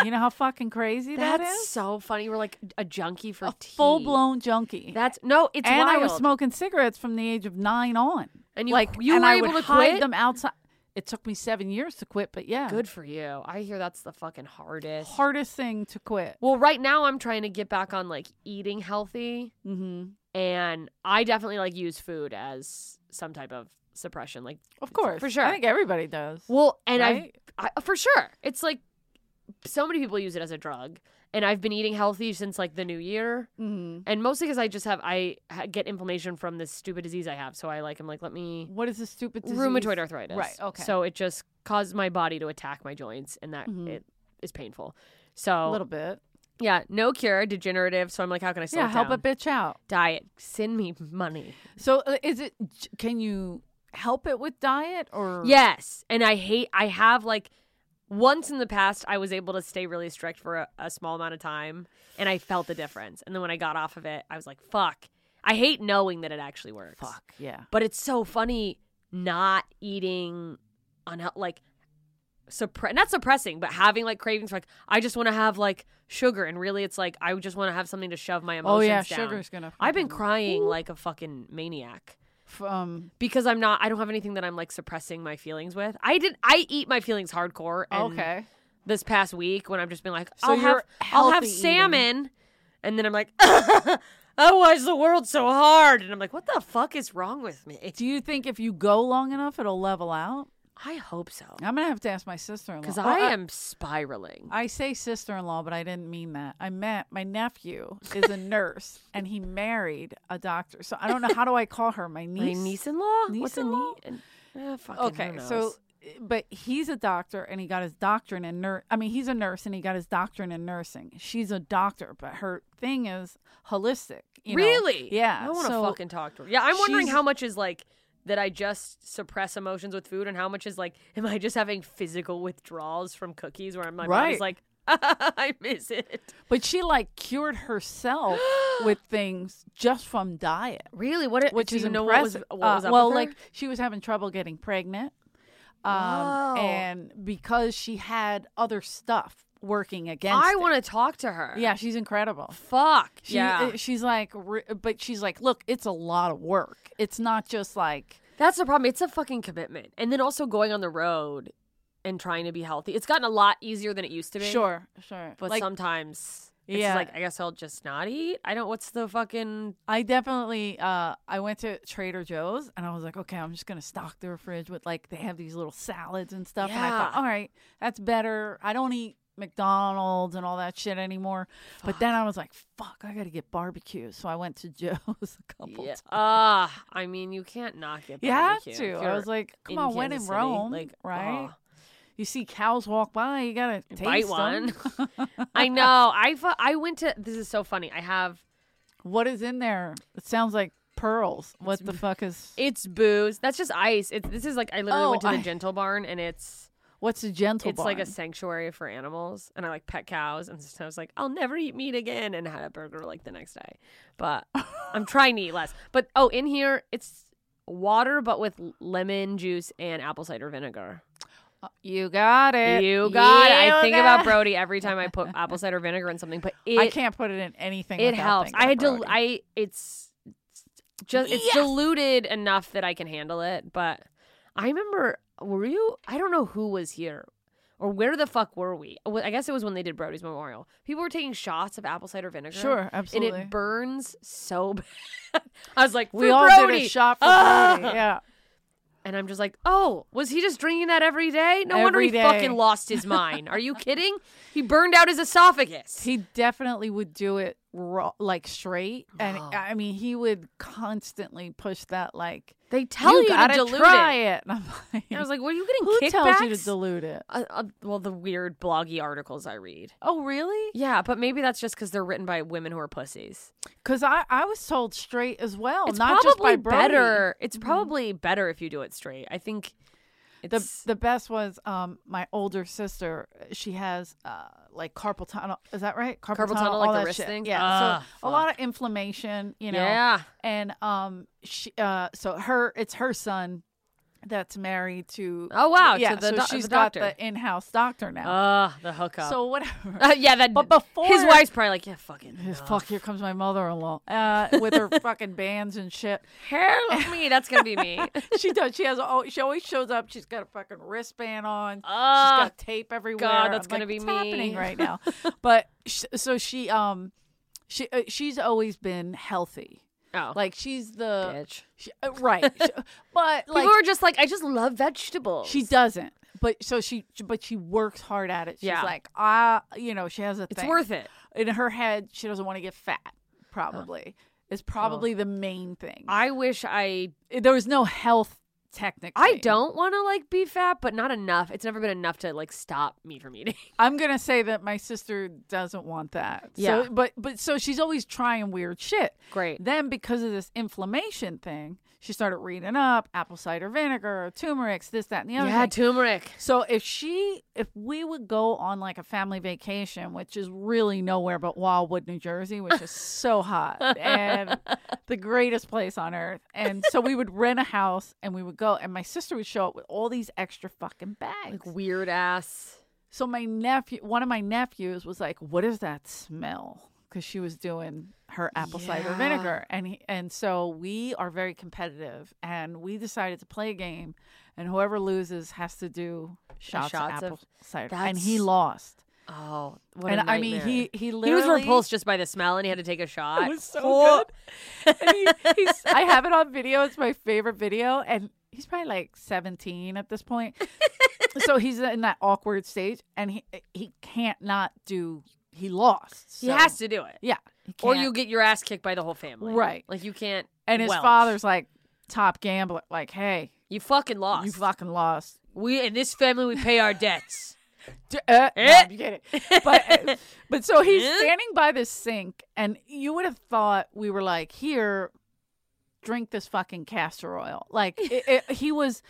S2: you know how fucking crazy that
S4: that's
S2: is?
S4: so funny. You were like a junkie for
S2: a
S4: tea.
S2: full blown junkie.
S4: That's no, it's
S2: and
S4: wild.
S2: I was smoking cigarettes from the age of nine on.
S4: And you-
S2: like
S4: you
S2: and
S4: were
S2: I
S4: able
S2: would
S4: to
S2: hide
S4: quit?
S2: them outside. It took me seven years to quit, but yeah,
S4: Good for you. I hear that's the fucking hardest.
S2: hardest thing to quit.
S4: Well, right now I'm trying to get back on like eating healthy,
S2: hmm
S4: Mm-hmm. and I definitely like use food as some type of suppression. Like
S2: Of course,
S4: for sure.
S2: I think everybody does.
S4: Well, and
S2: Right?
S4: I've, I for sure. It's like so many people use it as a drug, and I've been eating healthy since like the new year,
S2: Mhm.
S4: and mostly because I just have I ha- get inflammation from this stupid disease I have. So I like I'm like let me
S2: What is this stupid disease?
S4: rheumatoid arthritis.
S2: Right, okay.
S4: So it just caused my body to attack my joints, and that
S2: Mhm.
S4: it is painful.
S2: A
S4: So
S2: little bit.
S4: yeah, no cure, degenerative. So I'm like, how can I slow
S2: yeah,
S4: it
S2: help a
S4: down?
S2: bitch out.
S4: Diet, send me money.
S2: So uh, is it? Can you help it with diet or?
S4: Yes. And I hate, I have like, once in the past, I was able to stay really strict for a, a small amount of time and I felt the difference. And then when I got off of it, I was like, fuck. I hate knowing that it actually works.
S2: Fuck yeah.
S4: But it's so funny not eating unhealthy, like, suppre- not suppressing, but having like cravings. for, Like, I just want to have like sugar. And really, it's like, I just want to have something to shove my emotions
S2: Oh yeah,
S4: down.
S2: sugar's gonna.
S4: I've been
S2: fucking-
S4: crying like a fucking maniac
S2: F- um.
S4: because I'm not I don't have anything that I'm like suppressing my feelings with. I did I eat my feelings hardcore and
S2: Oh, Okay.
S4: this past week when I've just been like
S2: So
S4: I'll have
S2: you're
S4: I'll have
S2: healthy eating.
S4: salmon and then I'm like oh why is the world so hard and I'm like what the fuck is wrong with me?
S2: Do you think if you go long enough, it'll level out?
S4: I hope so.
S2: I'm gonna have to ask my sister-in-law
S4: Cuz
S2: Oh,
S4: I am spiraling.
S2: I say sister in law, but I didn't mean that. I meant my nephew is a nurse and he married a doctor. So I don't know. How do I call her? My
S4: My
S2: niece?
S4: niece-in-law? What's a
S2: Niece-in-law?
S4: niece? Uh, fucking who
S2: Okay. So,
S4: knows?
S2: but he's a doctor and he got his doctorate in nurse. I mean, he's a nurse and he got his doctorate in nursing. She's a doctor, but her thing is holistic. You know?
S4: really?
S2: Yeah.
S4: I want to
S2: so
S4: fucking talk to her. Yeah, I'm wondering
S2: she's-
S4: how much is like that I just suppress emotions with food, and how much is like, am I just having physical withdrawals from cookies where I'm my body's
S2: Right.
S4: like, I miss it.
S2: But she like cured herself with things just from diet,
S4: Really? What? It,
S2: which
S4: do
S2: is
S4: you know what was,
S2: impressive.
S4: what was
S2: Uh,
S4: up
S2: well,
S4: with her?
S2: like she was having trouble getting pregnant, um,
S4: Wow.
S2: and because she had other stuff working against.
S4: I
S2: it.
S4: want to talk to her.
S2: Yeah, she's incredible.
S4: Fuck.
S2: She,
S4: yeah.
S2: uh, she's like, re- but she's like, look, it's a lot of work. It's not just like
S4: That's the problem. It's a fucking commitment. And then also going on the road and trying to be healthy. It's gotten a lot easier than it used to be.
S2: sure, sure.
S4: But
S2: like,
S4: sometimes it's
S2: Yeah.
S4: just like, I guess I'll just not eat. I don't, what's the fucking.
S2: I definitely uh I went to Trader Joe's and I was like, okay, I'm just gonna stock their fridge with like they have these little salads and stuff. And I thought,
S4: Yeah.
S2: all right, that's better. I don't eat McDonald's and all that shit anymore. But then I was like, fuck, I gotta get barbecue. So I went to Joe's a couple
S4: Yeah.
S2: times.
S4: Ah, I mean, you can't knock it.
S2: You have to. I was like, come on, when in
S4: Kansas City,
S2: Rome,
S4: like,
S2: right?
S4: ah.
S2: You see cows walk by, you gotta taste
S4: Bite
S2: 'em.
S4: I know. I fu- I went to. This is so funny. I have.
S2: what is in there? It sounds like pearls. What the fuck is?
S4: It's booze. That's just ice. It's this is like I literally
S2: Oh,
S4: went to the
S2: I-
S4: Gentle Barn and it's
S2: What's a gentle?
S4: it's like a
S2: barn?
S4: sanctuary for animals and i like pet cows and so i was like i'll never eat meat again and had a burger like the next day but i'm trying to eat less but oh in here it's water but with lemon juice and apple cider vinegar
S2: You got it.
S4: you got it i
S2: You
S4: think
S2: got
S4: about
S2: it.
S4: brody every time i put apple cider vinegar in something but it,
S2: I can't put it in anything.
S4: it
S2: without
S4: helps
S2: thinking
S4: i had
S2: about
S4: to
S2: Brody.
S4: i it's just it's diluted enough that i can handle it but i remember were you i don't know who was here or where the fuck were we Well, i guess it was when they did brody's memorial people were taking shots of apple cider vinegar
S2: sure
S4: and
S2: absolutely.
S4: it burns so bad i was like
S2: we
S4: "For
S2: all
S4: Brody!"
S2: did a shot for
S4: Ah!
S2: Brody. Yeah,
S4: and i'm just like oh was he just drinking that every day no wonder
S2: Every
S4: he fucking
S2: day.
S4: lost his mind are you kidding he burned out his esophagus
S2: he definitely would do it raw, like straight, and I mean he would constantly push that like
S4: they tell you,
S2: gotta
S4: to dilute
S2: try
S4: it,
S2: it. And I'm like,
S4: And I was like, "Were you getting
S2: who
S4: kickbacks?"
S2: tells you to dilute it?
S4: uh, uh, well, the weird bloggy articles I read.
S2: Oh really?
S4: Yeah, but maybe that's just because they're written by women who are pussies.
S2: Because I I was told straight as well,
S4: it's
S2: not just
S4: probably
S2: by Brody. Mm-hmm.
S4: better. It's probably better if you do it straight. I think
S2: the
S4: it's
S2: the best was um my older sister. She has uh like carpal tunnel. Is that right?
S4: Carpal tunnel, like
S2: all
S4: the
S2: that
S4: wrist
S2: shit.
S4: thing?
S2: Yeah.
S4: Ah,
S2: so a lot of inflammation. You know.
S4: yeah.
S2: And um, she uh, so her it's her son that's married to.
S4: Oh wow,
S2: yeah.
S4: to the,
S2: so
S4: doc-
S2: she's
S4: the
S2: got
S4: doctor.
S2: the in-house doctor now.
S4: Ah, the hookup.
S2: so whatever.
S4: Uh, yeah, that.
S2: But before-
S4: his wife's probably like, yeah, fucking
S2: Fuck! Here comes my mother-in-law uh, with her fucking bands and shit.
S4: help me. That's gonna be me.
S2: She does. She has. All, she always shows up. She's got a fucking wristband on.
S4: Ah,
S2: She's got tape everywhere.
S4: God, that's
S2: I'm
S4: gonna
S2: like,
S4: be
S2: "What's
S4: me."
S2: happening right now. but sh- so she um she uh, she's always been healthy.
S4: oh,
S2: Like she's the
S4: bitch.
S2: she, uh, right, She- but like
S4: People are just like, I just love vegetables.
S2: she doesn't. But so she but she works hard at it. She's
S4: Yeah.
S2: like ah you know she has a
S4: It's
S2: thing.
S4: worth it.
S2: in her head. She doesn't want to get fat. Probably is probably the main thing.
S4: I wish I
S2: there was no health technically.
S4: I don't want to like be fat, but not enough. It's never been enough to like stop me from eating.
S2: I'm gonna say that my sister doesn't want that.
S4: Yeah.
S2: So, but but so she's always trying weird shit.
S4: Great.
S2: Then because of this inflammation thing, she started reading up apple cider vinegar, turmeric, this, that, and the other.
S4: yeah,
S2: thing.
S4: turmeric.
S2: so if she, if we would go on like a family vacation, which is really nowhere but Wildwood, New Jersey, which is so hot and the greatest place on earth, and so we would rent a house and we would go, and my sister would show up with all these extra fucking bags.
S4: Like weird ass.
S2: So my nephew, one of my nephews, was like, "What is that smell?" Because she was doing her apple cider
S4: Yeah.
S2: vinegar, and he, and so we are very competitive, and we decided to play a game, and whoever loses has to do shots, of
S4: shots of-
S2: apple cider, and he
S4: that's-
S2: lost.
S4: Oh, what
S2: and
S4: a
S2: I mean,
S4: nightmare.
S2: he he
S4: he
S2: literally
S4: was repulsed just by the smell, and he had to take a shot.
S2: was so
S4: Oh,
S2: good. And he, he's, I have it on video. It's my favorite video, and he's probably like 17 at this point. so he's in that awkward stage, and he he can't not do. He lost.
S4: He
S2: so-
S4: has to do it,
S2: Yeah. he
S4: or
S2: can't.
S4: you get your ass kicked by the whole family.
S2: Right.
S4: Like you can't.
S2: And his
S4: welch.
S2: father's like top gambler. Like, hey,
S4: You fucking lost.
S2: you fucking lost.
S4: we in this family we pay our debts.
S2: D- uh, no,
S4: Eh.
S2: you get it. But, uh, but so he's standing by this sink, and you would have thought we were like, here, drink this fucking castor oil. Like it, it, he was,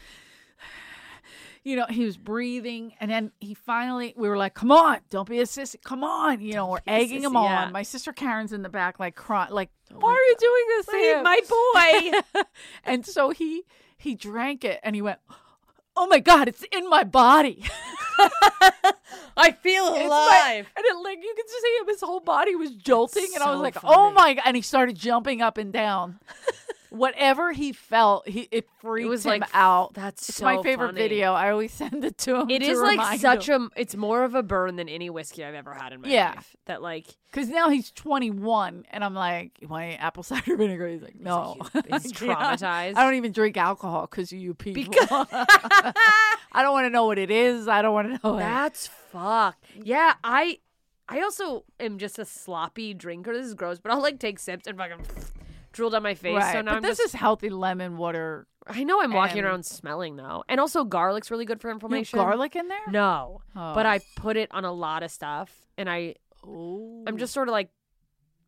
S2: you know, he was breathing, and then he finally, we were like, "Come on, don't be a sissy. Come on, you know, we're egging him
S4: sissy,
S2: on."
S4: yeah. Oh
S2: My sister Karen's in the back, like crying, like, "Why are you doing this to him?"
S4: my boy.
S2: and so he he drank it, and he went. Oh my God! It's in my body.
S4: I feel
S2: It's my-
S4: alive.
S2: and it like you could just see him; his whole body was jolting, and I was
S4: So
S2: like, "Oh
S4: funny.
S2: my!" God. And he started jumping up and down. Whatever he felt, he it freaked
S4: was
S2: him
S4: like,
S2: out.
S4: that's
S2: it's my
S4: so
S2: favorite
S4: funny.
S2: video. I always send it to him.
S4: It is like such a. It's more of a burn than any whiskey I've ever had in my
S2: Yeah.
S4: life. That like,
S2: because now he's 21, and I'm like, "You want any apple cider vinegar?" He's like, "No."
S4: he's, he's
S2: I can't.
S4: traumatized.
S2: I don't even drink alcohol because you people. I don't want to know what it is. I don't want to know. it.
S4: That's fucked. Yeah, I I also am just a sloppy drinker. This is gross, but I'll like take sips and fucking drool down my face.
S2: Right.
S4: So now
S2: but
S4: I'm
S2: this
S4: just,
S2: is healthy lemon water.
S4: I know I'm walking
S2: and-
S4: around smelling though. And also garlic's really good for
S2: You have
S4: inflammation.
S2: garlic in there?
S4: No.
S2: Oh.
S4: But I put it on a lot of stuff and I I'm just sort of like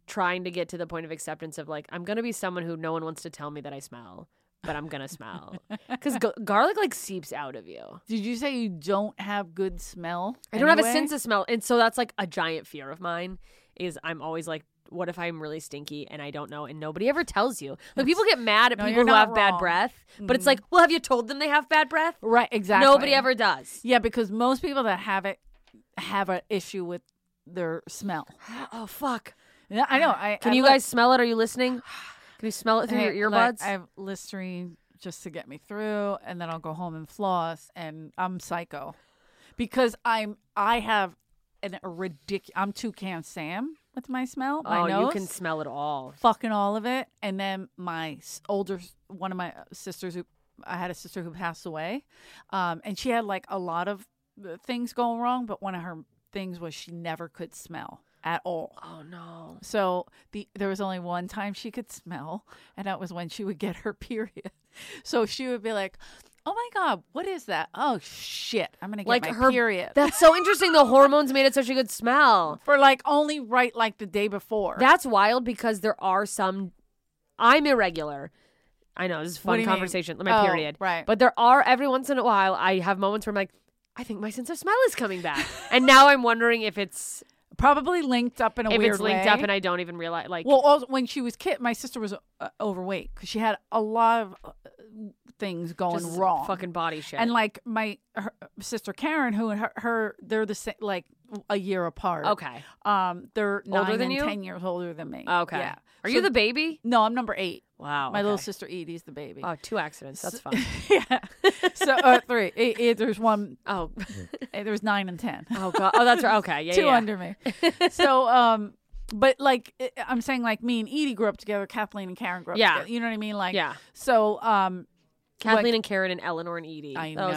S4: trying to get to the point of acceptance of like I'm going to be someone who no one wants to tell me that I smell, but I'm going to smell. Cuz garlic like seeps out of you.
S2: Did you say you don't have good smell?
S4: I don't have a sense of smell, and so that's like a giant fear of mine. Is I'm always like, what if I'm really stinky and I don't know, and nobody ever tells you? Like people get mad at
S2: No,
S4: people
S2: you're
S4: who have
S2: not
S4: bad
S2: wrong.
S4: breath, but it's like, well, have you told them they have bad breath?
S2: Right, exactly.
S4: Nobody ever does.
S2: Yeah, because most people that have it have an issue with their smell.
S4: Oh fuck!
S2: Yeah, I know. I
S4: Can
S2: I
S4: you
S2: look-
S4: guys smell it? Are you listening? Can you smell it through
S2: Hey,
S4: your
S2: look,
S4: earbuds?
S2: I have Listerine just to get me through, and then I'll go home and floss, and I'm psycho because I'm I have an a ridiculous. I'm toucan Sam with my smell.
S4: oh,
S2: my nose.
S4: you can smell it all.
S2: fucking all of it. And then my s- older, s- one of my uh, sisters who, I had a sister who passed away, um, and she had like a lot of uh, things going wrong. But one of her things was she never could smell at all.
S4: Oh no!
S2: So the there was only one time she could smell, and that was when she would get her period. So she would be like, "Oh my god, what is that? Oh shit, I'm gonna get
S4: Like
S2: my
S4: her
S2: period."
S4: That's so interesting. The hormones made it such a good smell.
S2: for like only right like the day before.
S4: That's wild because there are some. I'm irregular. I know this is a
S2: What do
S4: fun
S2: you mean?
S4: conversation. My
S2: Oh,
S4: period,
S2: right.
S4: But there are every once in a while I have moments where I'm like, I think my sense of smell is coming back, and now I'm wondering if it's
S2: probably linked up in a
S4: if
S2: weird
S4: it's linked
S2: way.
S4: up, and I don't even realize. Like,
S2: Well, also, when she was kid, my sister was uh, overweight because she had a lot of uh, things going
S4: just
S2: wrong.
S4: fucking body shit.
S2: and like my her, sister Karen, who and her, her they're the same, like a year apart.
S4: okay,
S2: Um, they're
S4: Older
S2: nine
S4: than
S2: and
S4: you?
S2: ten years older than me.
S4: okay.
S2: Yeah.
S4: Are
S2: So-
S4: you the baby?
S2: No, I'm number eight.
S4: Wow,
S2: My little
S4: okay.
S2: sister Edie's the baby.
S4: Oh, two accidents. That's fun.
S2: yeah. So uh, three. It, it, there's one.
S4: oh,
S2: It, there's nine and ten.
S4: oh god. Oh, that's right. Okay, yeah,
S2: two
S4: yeah.
S2: under me. so, um, but like it- I'm saying, like me and Edie grew up together. Kathleen and Karen grew up
S4: Yeah.
S2: together. You know what I mean? Like,
S4: Yeah.
S2: So, um,
S4: Kathleen
S2: Like-
S4: and Karen and Eleanor and Edie.
S2: I
S4: that
S2: know
S4: was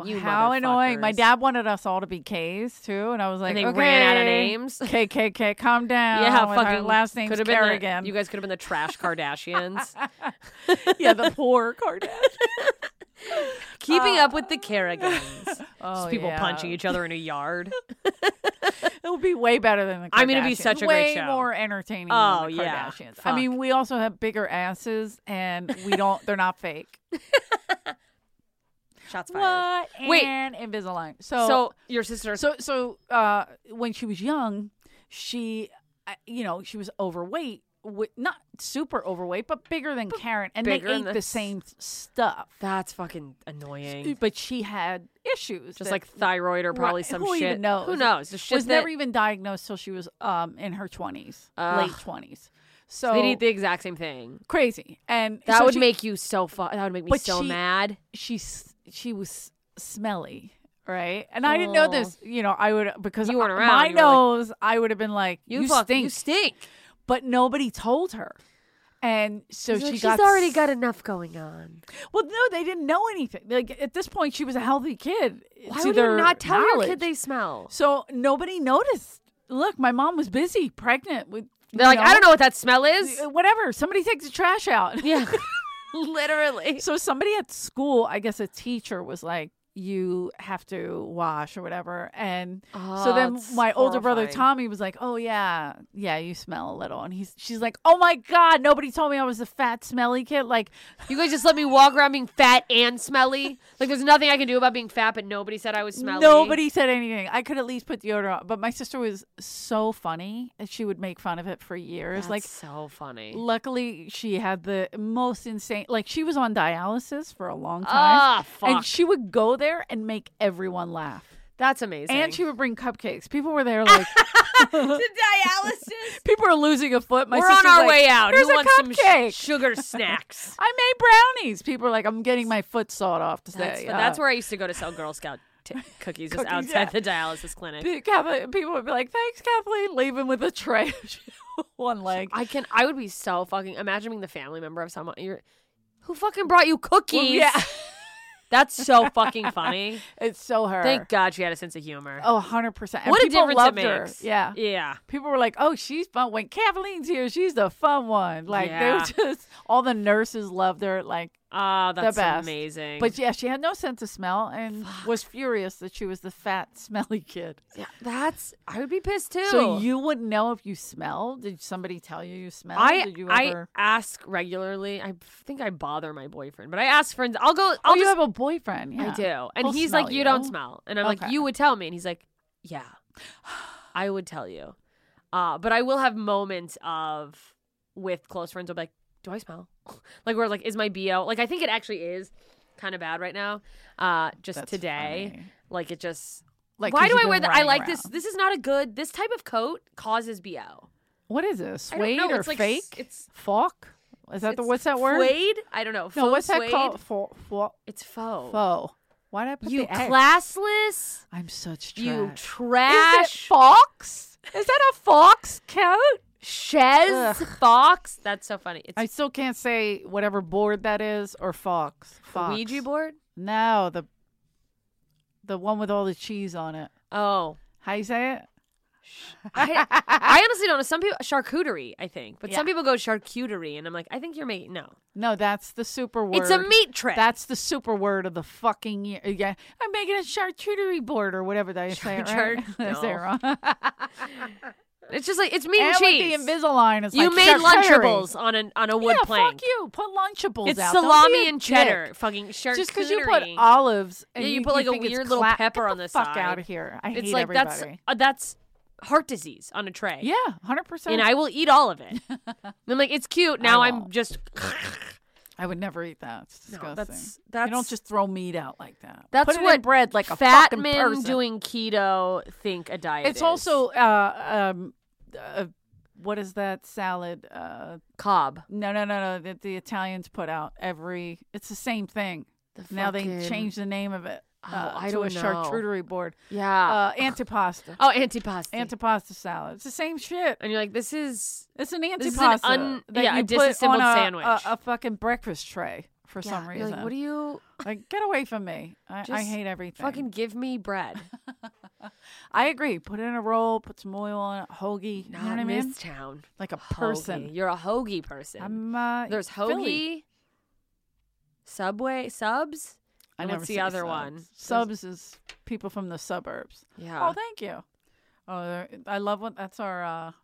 S4: fucking you.
S2: how annoying. My
S4: motherfuckers.
S2: dad wanted us all to be K's too, and I was like,
S4: and they
S2: okay,
S4: ran out of names.
S2: K K K, calm down.
S4: Yeah,
S2: with
S4: fucking
S2: our Oh, last name's
S4: coulda been the,
S2: Kerrigan.
S4: You guys could have been the trash Kardashians.
S2: yeah, the poor Kardashian.
S4: Keeping up with the Kerrigans.
S2: oh,
S4: Just people
S2: yeah.
S4: punching each other in a yard.
S2: It would be way better than the. Kardashians.
S4: I mean, it'd be such a great
S2: way
S4: show.
S2: more entertaining.
S4: Oh,
S2: than the
S4: yeah.
S2: Kardashians. I mean, we also have bigger asses, and we don't. They're not fake.
S4: Shots fired.
S2: What?
S4: Wait.
S2: And Invisalign. So,
S4: So your sister.
S2: Oh. so so uh when she was young she I- you know she was overweight wi- not super overweight but bigger than karen and they
S4: bigger than
S2: ate the
S4: this.
S2: same stuff
S4: that's fucking annoying.
S2: but she had issues
S4: Just
S2: that-
S4: like thyroid or
S2: Right,
S4: probably some
S2: who
S4: shit.
S2: even knows?
S4: Who knows? Just shit
S2: was
S4: that-
S2: never even diagnosed till she was um in her 20s
S4: Ugh.
S2: late 20s so
S4: They'd eat the exact same thing.
S2: crazy and
S4: That
S2: so
S4: would
S2: she-
S4: make you so fu- That would make me
S2: But
S4: so
S2: she-
S4: mad.
S2: she's she was smelly right and i didn't know this you know i would because
S4: Oh. You weren't
S2: I-
S4: around,
S2: my
S4: you were like,
S2: nose i would have been like you,
S4: fuck,
S2: stink
S4: You stink.
S2: but nobody told her. And so
S4: She's
S2: she
S4: like, She's
S2: got
S4: already
S2: s-
S4: got enough going on.
S2: Well, no, they didn't know anything. Like at this point, she was a healthy kid.
S4: Why
S2: to
S4: would
S2: their
S4: you not tell your
S2: knowledge.
S4: kid they smell?
S2: So nobody noticed. Look, my mom was busy, pregnant with.
S4: They're like, I don't know what that smell is.
S2: know, uh, whatever. Somebody take the trash out.
S4: yeah, literally.
S2: so somebody at school, I guess a teacher, was like, you have to wash or whatever. And so then
S4: Oh, it's
S2: my older brother
S4: horrifying.
S2: Tommy was like, "Oh yeah, yeah, you smell a little." And he's she's like, "Oh my god, nobody told me I was a fat smelly kid." Like,
S4: You guys just let me walk around being fat and smelly. Like there's nothing I can do about being fat, but nobody said I was smelly.
S2: Nobody said anything. I could at least put deodorant on. But my sister was so funny. and She would make fun of it for years.
S4: That's
S2: like,
S4: so funny.
S2: luckily, she had the most insane. Like, she was on dialysis for a long time.
S4: Ah, fuck.
S2: And she would go there and make everyone laugh.
S4: That's amazing.
S2: And she would bring cupcakes. People were there like,
S4: to dialysis.
S2: people are losing a foot. My
S4: We're on
S2: sister's
S4: our
S2: like,
S4: way out.
S2: Here's
S4: Who
S2: a
S4: wants some
S2: cupcake.
S4: sh- sugar snacks?
S2: I made brownies. People are like, I'm getting my foot sawed off today.
S4: That's,
S2: Uh,
S4: that's where I used to go to sell Girl Scout t- cookies, just
S2: Cookies,
S4: outside
S2: yeah.
S4: the dialysis clinic.
S2: pe- Kathleen- people would be like, thanks, Kathleen, leaving with a tray, of one leg.
S4: I can. I would be so fucking. Imagine being the family member of someone. You're, who fucking brought you cookies?
S2: Well, yeah.
S4: That's so fucking funny.
S2: It's so her.
S4: Thank God she had a sense of humor.
S2: Oh, 100%. And
S4: what a
S2: people
S4: difference
S2: loved
S4: it makes.
S2: her. Yeah.
S4: Yeah.
S2: People were like, oh, she's fun. When Kathleen's here, she's the fun one. Like,
S4: Yeah.
S2: they were just, all the nurses loved her. Like,
S4: Oh, that's
S2: best.
S4: amazing.
S2: but yeah, she had no sense of smell and was furious that she was the fat, smelly kid.
S4: Yeah, that's. I would be pissed too.
S2: So you wouldn't know if you smelled? Did somebody tell you you smelled?
S4: I
S2: Did you
S4: I
S2: ever?
S4: ask regularly. I think I bother my boyfriend, but I ask friends. I'll go.
S2: Oh,
S4: I'll
S2: you
S4: just.
S2: have a boyfriend. Yeah.
S4: I do, and
S2: He'll
S4: he's
S2: smell
S4: like, "You don't
S2: you."
S4: smell," and I'm
S2: Okay.
S4: like, "You would tell me," and he's like, "Yeah, I would tell you." Uh, but I will have moments of with close friends. I'll be like, "Do I smell?" like we're like, "Is my bo?" Like I think it actually is kind of bad right now. Uh, just
S2: That's
S4: today,
S2: funny.
S4: like it just.
S2: Like,
S4: why
S2: 'cause
S4: do
S2: you've
S4: I
S2: been
S4: wear that? I
S2: running
S4: like this.
S2: around.
S4: This is not a good. This type of coat causes bo.
S2: What is it? A
S4: I don't
S2: suede
S4: know.
S2: or
S4: it's like s-
S2: fake?
S4: It's
S2: Falk? Is that the,
S4: It's
S2: what's that word?
S4: Suede? I don't know.
S2: No,
S4: Faux
S2: what's that
S4: suede?
S2: called? Faux. faux.
S4: It's faux.
S2: Faux. Why did I put
S4: You
S2: the X?
S4: classless.
S2: I'm such trash.
S4: You
S2: Is it
S4: trash.
S2: fox? Is that a fox coat?
S4: Shez fox. That's so funny. It's
S2: I still can't say whatever board that is or fox.
S4: a
S2: Fox.
S4: Ouija board.
S2: No, the the one with all the cheese on it.
S4: Oh,
S2: How you say it?
S4: I, I honestly don't know. Some people charcuterie, I think, but some
S2: Yeah.
S4: people go charcuterie, and I'm like, I think you're making no.
S2: No, that's the super word.
S4: It's a meat trick.
S2: That's the super word of the fucking year. Yeah, I'm making a charcuterie board or whatever they say. it
S4: Char-
S2: right? Did I say it
S4: no.
S2: wrong.
S4: it's just like it's meat and,
S2: and
S4: cheese.
S2: with the Invisalign, it's
S4: you
S2: like
S4: made
S2: charcuterie.
S4: lunchables on an on a wood
S2: yeah,
S4: plank.
S2: fuck you. Put lunchables
S4: It's
S2: out. Don't be
S4: salami
S2: a
S4: and cheddar.
S2: dick.
S4: Fucking charcuterie.
S2: Just because you put olives and
S4: Yeah, you put, like, a
S2: think it's
S4: weird little
S2: cla-
S4: pepper
S2: Get
S4: on
S2: the
S4: the
S2: fuck
S4: side.
S2: out of here. I
S4: it's
S2: hate
S4: like that's
S2: everybody.
S4: uh, that's heart disease on a tray.
S2: yeah, hundred percent.
S4: and I will eat all of it. And I'm like, it's cute. Now I'm
S2: won't.
S4: just.
S2: I would never eat that. It's disgusting.
S4: No, that's
S2: you
S4: that's
S2: don't just throw meat out like that.
S4: that's
S2: Put it in
S4: what
S2: bread like a
S4: fat
S2: fucking
S4: men
S2: person.
S4: doing keto think a diet.
S2: It's
S4: is.
S2: also uh, um, uh, what is that salad? Uh,
S4: cob.
S2: no, no, no, no. That the Italians put out every. It's the same thing. now they
S4: fucking-
S2: changed the name of it
S4: Oh,
S2: uh,
S4: I
S2: to a
S4: don't know.
S2: charcuterie board.
S4: Yeah.
S2: Uh, antipasta.
S4: oh, antipasti.
S2: antipasta salad. It's the same shit.
S4: and you're like, this is
S2: It's an
S4: is
S2: antipasta
S4: an un-
S2: that
S4: yeah,
S2: you
S4: a
S2: put on
S4: disassembled
S2: a,
S4: sandwich.
S2: A, a fucking breakfast tray for some
S4: You're
S2: reason.
S4: like, what do you
S2: like? Get away from me! I, I
S4: Just
S2: hate everything.
S4: fucking give me bread?
S2: I agree. Put it in a roll. Put some oil on it. Hoagie. You know
S4: Not
S2: what I
S4: in
S2: mean?
S4: this town.
S2: Like a person.
S4: Hoagie. You're a hoagie person.
S2: I'm. Uh,
S4: There's hoagie,
S2: Philly.
S4: Subway subs.
S2: I
S4: and
S2: never
S4: what's the
S2: say
S4: other
S2: subs.
S4: one? There's-
S2: Subs is people from the suburbs.
S4: Yeah.
S2: Oh, thank you. Oh, there- I love what that's our uh, oh,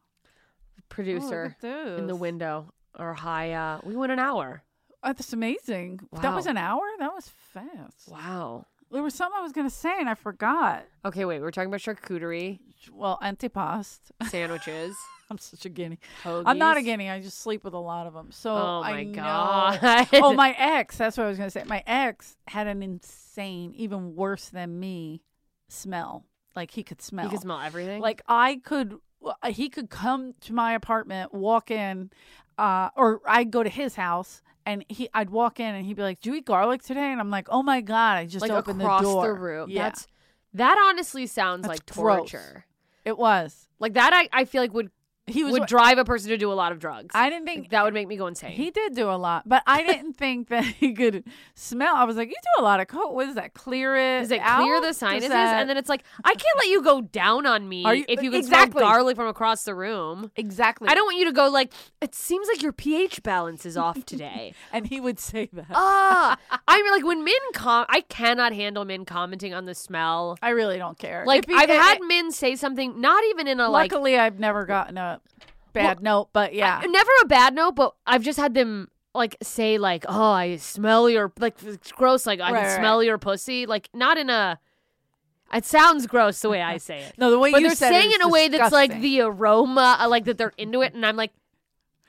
S2: look
S4: Producer
S2: at
S4: in the
S2: this.
S4: window or high. Uh, we went an hour.
S2: Oh, that's amazing. That was
S4: Wow.
S2: an hour. That was fast.
S4: Wow.
S2: There was something I was gonna say and I forgot.
S4: Okay, wait. We're talking about charcuterie
S2: Well, antipasto.
S4: sandwiches.
S2: I'm such a guinea. I'm not a
S4: Hoagies.
S2: guinea. I just sleep with a lot of them. So
S4: Oh
S2: I
S4: my
S2: know-
S4: God.
S2: Oh my ex. That's what I was gonna say. My ex had an insane, even worse than me, smell. Like he could smell.
S4: You can smell everything.
S2: Like I could, uh, he could come to my apartment, walk in, uh, or I'd go to his house and he, I'd walk in and he'd be like, "Do you eat garlic today?" And I'm like, "Oh my god, I just
S4: like
S2: opened
S4: across
S2: the door."
S4: room.
S2: Yeah,
S4: That's that. Honestly, sounds
S2: That's
S4: like
S2: gross.
S4: torture.
S2: it was.
S4: Like that. I, I feel like would
S2: He was.
S4: would drive a person to do a lot of drugs.
S2: I didn't
S4: Like,
S2: think
S4: that would make me go insane.
S2: he did do a lot, but I didn't think that he could smell. I was like, "You do a lot of coke. What is that? Clear it?
S4: Does it
S2: out?
S4: clear the
S2: Does
S4: sinuses?
S2: that-
S4: And then it's like, I can't let you go down on me
S2: Are you-
S4: if you can
S2: Exactly.
S4: smell garlic from across the room.
S2: exactly.
S4: I don't want you to go like, it seems like your pH balance is off today.
S2: And he would say that.
S4: Ah, I I mean, like when Min com, I cannot handle Min commenting on the smell.
S2: I really don't care.
S4: Like
S2: If he-
S4: I've
S2: it-
S4: had
S2: it-
S4: Min say something, not even in a like,
S2: luckily, I've never gotten a bad note, but yeah,
S4: never a bad note, but I've just had them like say like, oh, I smell your like it's gross, like I
S2: Right,
S4: can
S2: right,
S4: smell your pussy, like not in a. It sounds gross the way I say it.
S2: no, the way
S4: but
S2: you
S4: they're
S2: said it
S4: saying
S2: is
S4: in a way that's like
S2: disgusting.
S4: the aroma, uh, like that they're into it, and I'm like,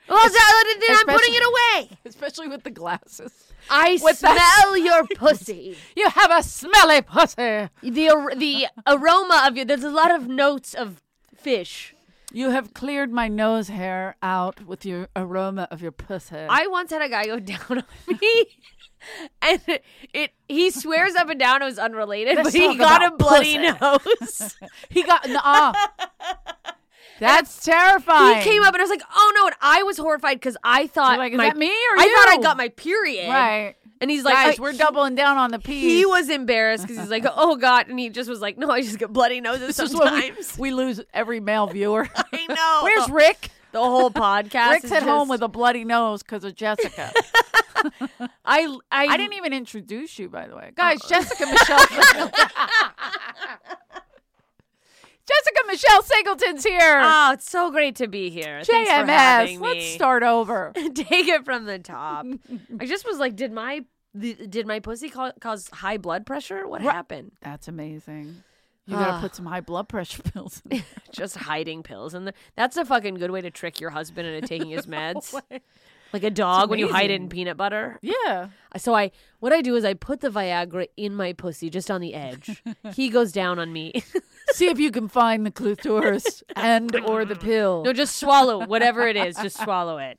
S4: "Oh, well, then I'm putting it away.
S2: especially with the glasses.
S4: I
S2: With
S4: smell
S2: that-
S4: your pussy.
S2: You have a smelly pussy.
S4: the ar- the aroma of you. There's a lot of notes of fish.
S2: You have cleared my nose hair out with your aroma of your pussy.
S4: I once had a guy go down on me. And it, he swears up and down it was unrelated,
S2: Let's
S4: but he
S2: talk
S4: got a
S2: about
S4: bloody
S2: pussy.
S4: nose.
S2: he got uh That's terrifying.
S4: he came up and I was like, "Oh no!" And I was horrified because I thought,
S2: You're like, is
S4: my-
S2: that me or
S4: I thought I
S2: you?
S4: got my period,
S2: right.
S4: And he's like,
S2: Guys,
S4: I-
S2: we're doubling down on the peas.
S4: He was embarrassed because he's like, "Oh God," and he just was like, "No, I just get bloody noses
S2: This is what we-
S4: sometimes."
S2: we, lose every male viewer.
S4: I know.
S2: Where's Rick?
S4: the whole podcast?
S2: Rick's
S4: is
S2: at home
S4: just-
S2: with a bloody nose because of Jessica.
S4: I, I.
S2: I didn't even introduce you, by the way. Guys, Jessica Michelle. Jessica Michelle Singleton's here.
S4: Oh, it's so great to be here. Thanks for
S2: JMS.
S4: having
S2: Let's
S4: me.
S2: start over.
S4: Take it from the top. I just was like, did my th- did my pussy ca- cause high blood pressure? What happened?
S2: That's amazing. You gotta
S4: Ah.
S2: put some high blood pressure pills. in
S4: Just hiding pills in the. That's a fucking good way to trick your husband into taking his meds. like a dog when you hide it in peanut butter.
S2: Yeah.
S4: So I what I do is I put the Viagra in my pussy just on the edge. he goes down on me.
S2: See if you can find the clitoris and or the pill.
S4: no, just swallow whatever it is. Just swallow it.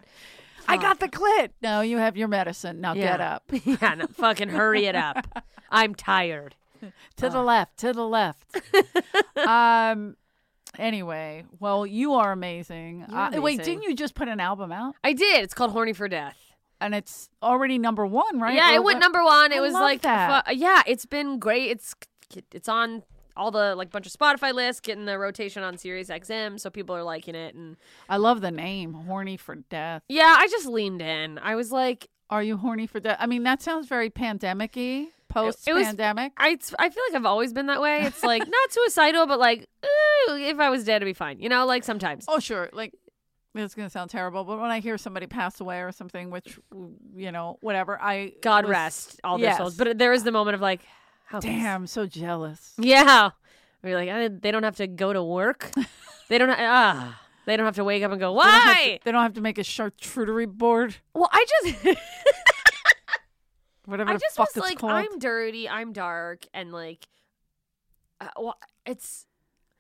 S2: I got the clit. No, you have your medicine. Now get
S4: Yeah.
S2: up.
S4: Yeah, no, fucking hurry it up. I'm tired.
S2: To
S4: Ah.
S2: the left. To the left. um. Anyway, well, you are amazing.
S4: You're
S2: Uh, wait,
S4: amazing.
S2: didn't you just put an album out?
S4: I did. It's called Horny for Death.
S2: And it's already number one, right?
S4: Yeah,
S2: Or
S4: it went
S2: what-
S4: number one.
S2: I
S4: It was
S2: love
S4: like
S2: that.
S4: fu- yeah, it's been great. It's it's on all the like bunch of Spotify lists, getting the rotation on Sirius XM, so people are liking it. And
S2: I love the name, horny for death.
S4: yeah, I just leaned in. I was like,
S2: Are you horny for death? I mean, that sounds very pandemic-y, post-pandemic.
S4: I I feel like I've always been that way. It's like not suicidal, but like ooh, if I was dead, it'd be fine. You know, like sometimes.
S2: Oh, sure. Like, it's going to sound terrible, but when I hear somebody pass away or something, which, you know, whatever, I.
S4: God
S2: was-
S4: rest all their
S2: yes.
S4: souls. But there is the moment of like, how
S2: Damn, so jealous.
S4: Yeah. We're like, I, they don't have to go to work. they don't. Ah, they don't have to wake up and go.
S2: They don't have to-
S4: Why?
S2: They don't have to make a charcuterie board,
S4: Well, I just,
S2: whatever
S4: I
S2: the
S4: just
S2: fuck
S4: was
S2: it's
S4: like,
S2: called.
S4: I'm dirty, I'm dark, and like, uh, well, it's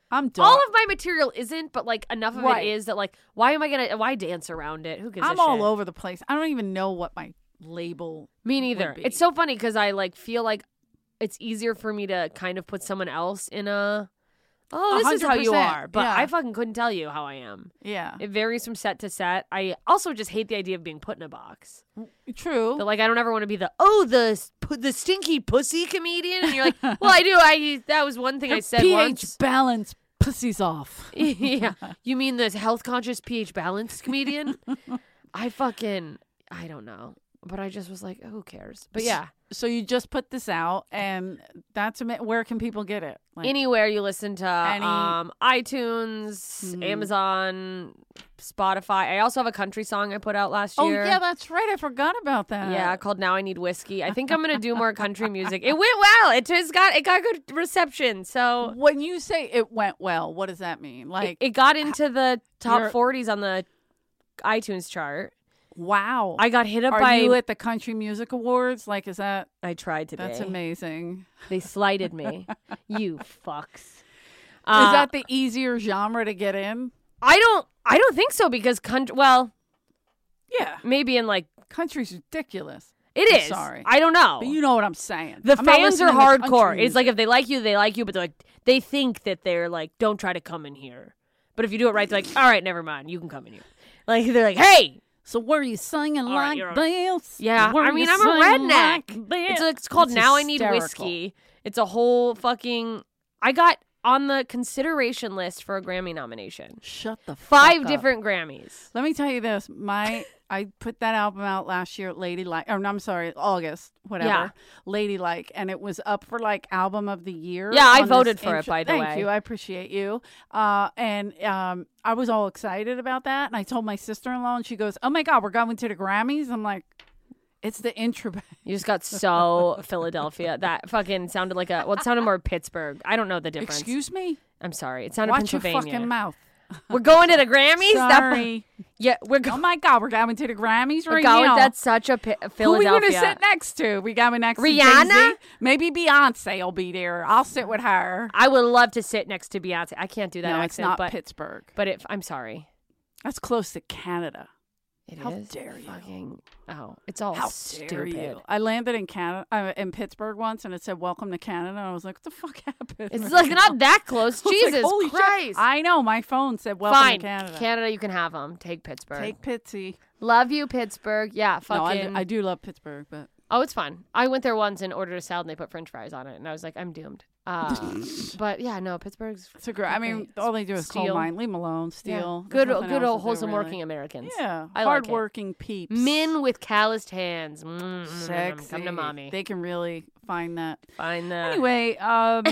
S2: I'm done.
S4: all of my material isn't, but like enough of
S2: Right.
S4: it is that like, why am I gonna? Why dance around it? Who gives?
S2: I'm
S4: a
S2: all
S4: shit?
S2: over the place. I don't even know what my label.
S4: Me neither.
S2: be.
S4: It's so funny because I like feel like it's easier for me to kind of put someone else in a. Oh, this is how you
S2: 100%,
S4: are, but
S2: yeah.
S4: I fucking couldn't tell you how I am.
S2: Yeah.
S4: It varies from set to set. I also just hate the idea of being put in a box.
S2: True.
S4: But like, I don't ever want to be the oh the pu- the stinky pussy comedian. And you're like, well, I do. I that was one thing I said
S2: pH
S4: once.
S2: balance pussies off.
S4: yeah, you mean the health conscious pH balanced comedian? I fucking I don't know, but I just was like, "Oh, who cares? But yeah,
S2: So you just put this out, and that's a, where can people get it? Like,
S4: anywhere you listen to
S2: Any-
S4: um iTunes,
S2: Mhm.
S4: Amazon, Spotify. I also have a country song I put out last
S2: oh
S4: year.
S2: yeah, that's right. I forgot about that.
S4: Yeah, called Now I Need Whiskey. I think I'm gonna do more country music. It went well. It just got it got good reception. So
S2: When you say it went well, what does that mean? Like,
S4: it, it got into
S2: you're-
S4: the top 40s on the iTunes chart.
S2: wow.
S4: I got hit up
S2: Are
S4: by.
S2: you at the Country Music Awards? Like, is that
S4: I tried to.
S2: that's amazing?
S4: They slighted me. you fucks.
S2: is
S4: Uh,
S2: that the easier genre to get in?
S4: I don't. I don't think so because country. Well,
S2: Yeah,
S4: maybe in like
S2: country's ridiculous.
S4: it
S2: I'm
S4: is.
S2: sorry.
S4: I don't know.
S2: But you know what I'm saying.
S4: Oh. the
S2: I'm not
S4: fans are
S2: listening to country
S4: hardcore. It's
S2: music.
S4: like if they like you, they like you, but they're like they think that they're like, don't try to come in here. But if you do it right, they're like, all right, never mind, you can come in here. Like they're like, hey,
S2: so were you singing
S4: right,
S2: like
S4: you're on.
S2: this?
S4: Yeah,
S2: Were
S4: I
S2: you
S4: mean, I'm a
S2: singing like
S4: redneck.
S2: this?
S4: it's, it's called
S2: That's
S4: Now I
S2: hysterical.
S4: Need Whiskey. It's a whole fucking. I got on the consideration list for a Grammy nomination.
S2: Shut the fuck
S4: Five
S2: up.
S4: different Grammys.
S2: Let me tell you this. My I put that album out last year, Lady Like, or no, I'm sorry, August, whatever,
S4: Yeah.
S2: Lady Like, and it was up for like album of the year.
S4: Yeah,
S2: on
S4: I
S2: this
S4: voted for it,
S2: intro-
S4: by the
S2: Thank
S4: way.
S2: you, I appreciate you. Uh, and um, I was all excited about that, and I told my sister-in-law, and she goes, "Oh my god, we're going to the Grammys." I'm like, "It's the intro."
S4: You just got so Philadelphia. That fucking sounded like a well, it sounded more Pittsburgh. I don't know the difference.
S2: Excuse me.
S4: I'm sorry. It sounded
S2: Watch your
S4: Pennsylvania.
S2: fucking mouth.
S4: We're going to the Grammys. That-
S2: Sorry.
S4: yeah, we're, go-
S2: oh my god, we're going to the Grammys
S4: we're
S2: right
S4: going.
S2: now.
S4: That's such a Pi-
S2: Who we gonna
S4: Philadelphia.
S2: sit next to? We got me next
S4: Rihanna?
S2: to Jay-Z. Maybe Beyonce will be there. I'll sit with her.
S4: I would love to sit next to Beyonce. I can't do that
S2: no, it's
S4: accent,
S2: not
S4: but
S2: Pittsburgh.
S4: but it, I'm sorry.
S2: That's close to Canada.
S4: It is
S2: How dare you.
S4: Fucking, oh, it's all
S2: How
S4: stupid.
S2: dare you? I landed in Canada, uh, in Pittsburgh once, and it said "Welcome to Canada." And I was like, "What the fuck happened?"
S4: It's
S2: right
S4: like
S2: now?
S4: not that close.
S2: I was like,
S4: Jesus
S2: "Holy shit."
S4: Christ.
S2: I know. My phone said "Welcome
S4: Fine,
S2: to Canada."
S4: you can have them. Take Pittsburgh.
S2: Take Pitsy.
S4: Love you, Pittsburgh. Yeah,
S2: No, I,
S4: fucking.
S2: I do love Pittsburgh, but
S4: Oh, it's fun. I went there once and ordered a salad, and they put French fries on it, and I was like, I'm doomed. Um, but yeah, no, Pittsburgh's
S2: it's a great. I mean, all they do is
S4: Steel.
S2: coal mine. Leave 'em alone.
S4: yeah.
S2: Steal. There's
S4: good,
S2: nothing
S4: good
S2: else
S4: old
S2: to do,
S4: wholesome
S2: really.
S4: working Americans.
S2: Yeah,
S4: I like it.
S2: hardworking peeps.
S4: Men with calloused hands. Mm,
S2: Sexy.
S4: Come to mommy.
S2: They can really find that.
S4: Find that.
S2: Anyway, um,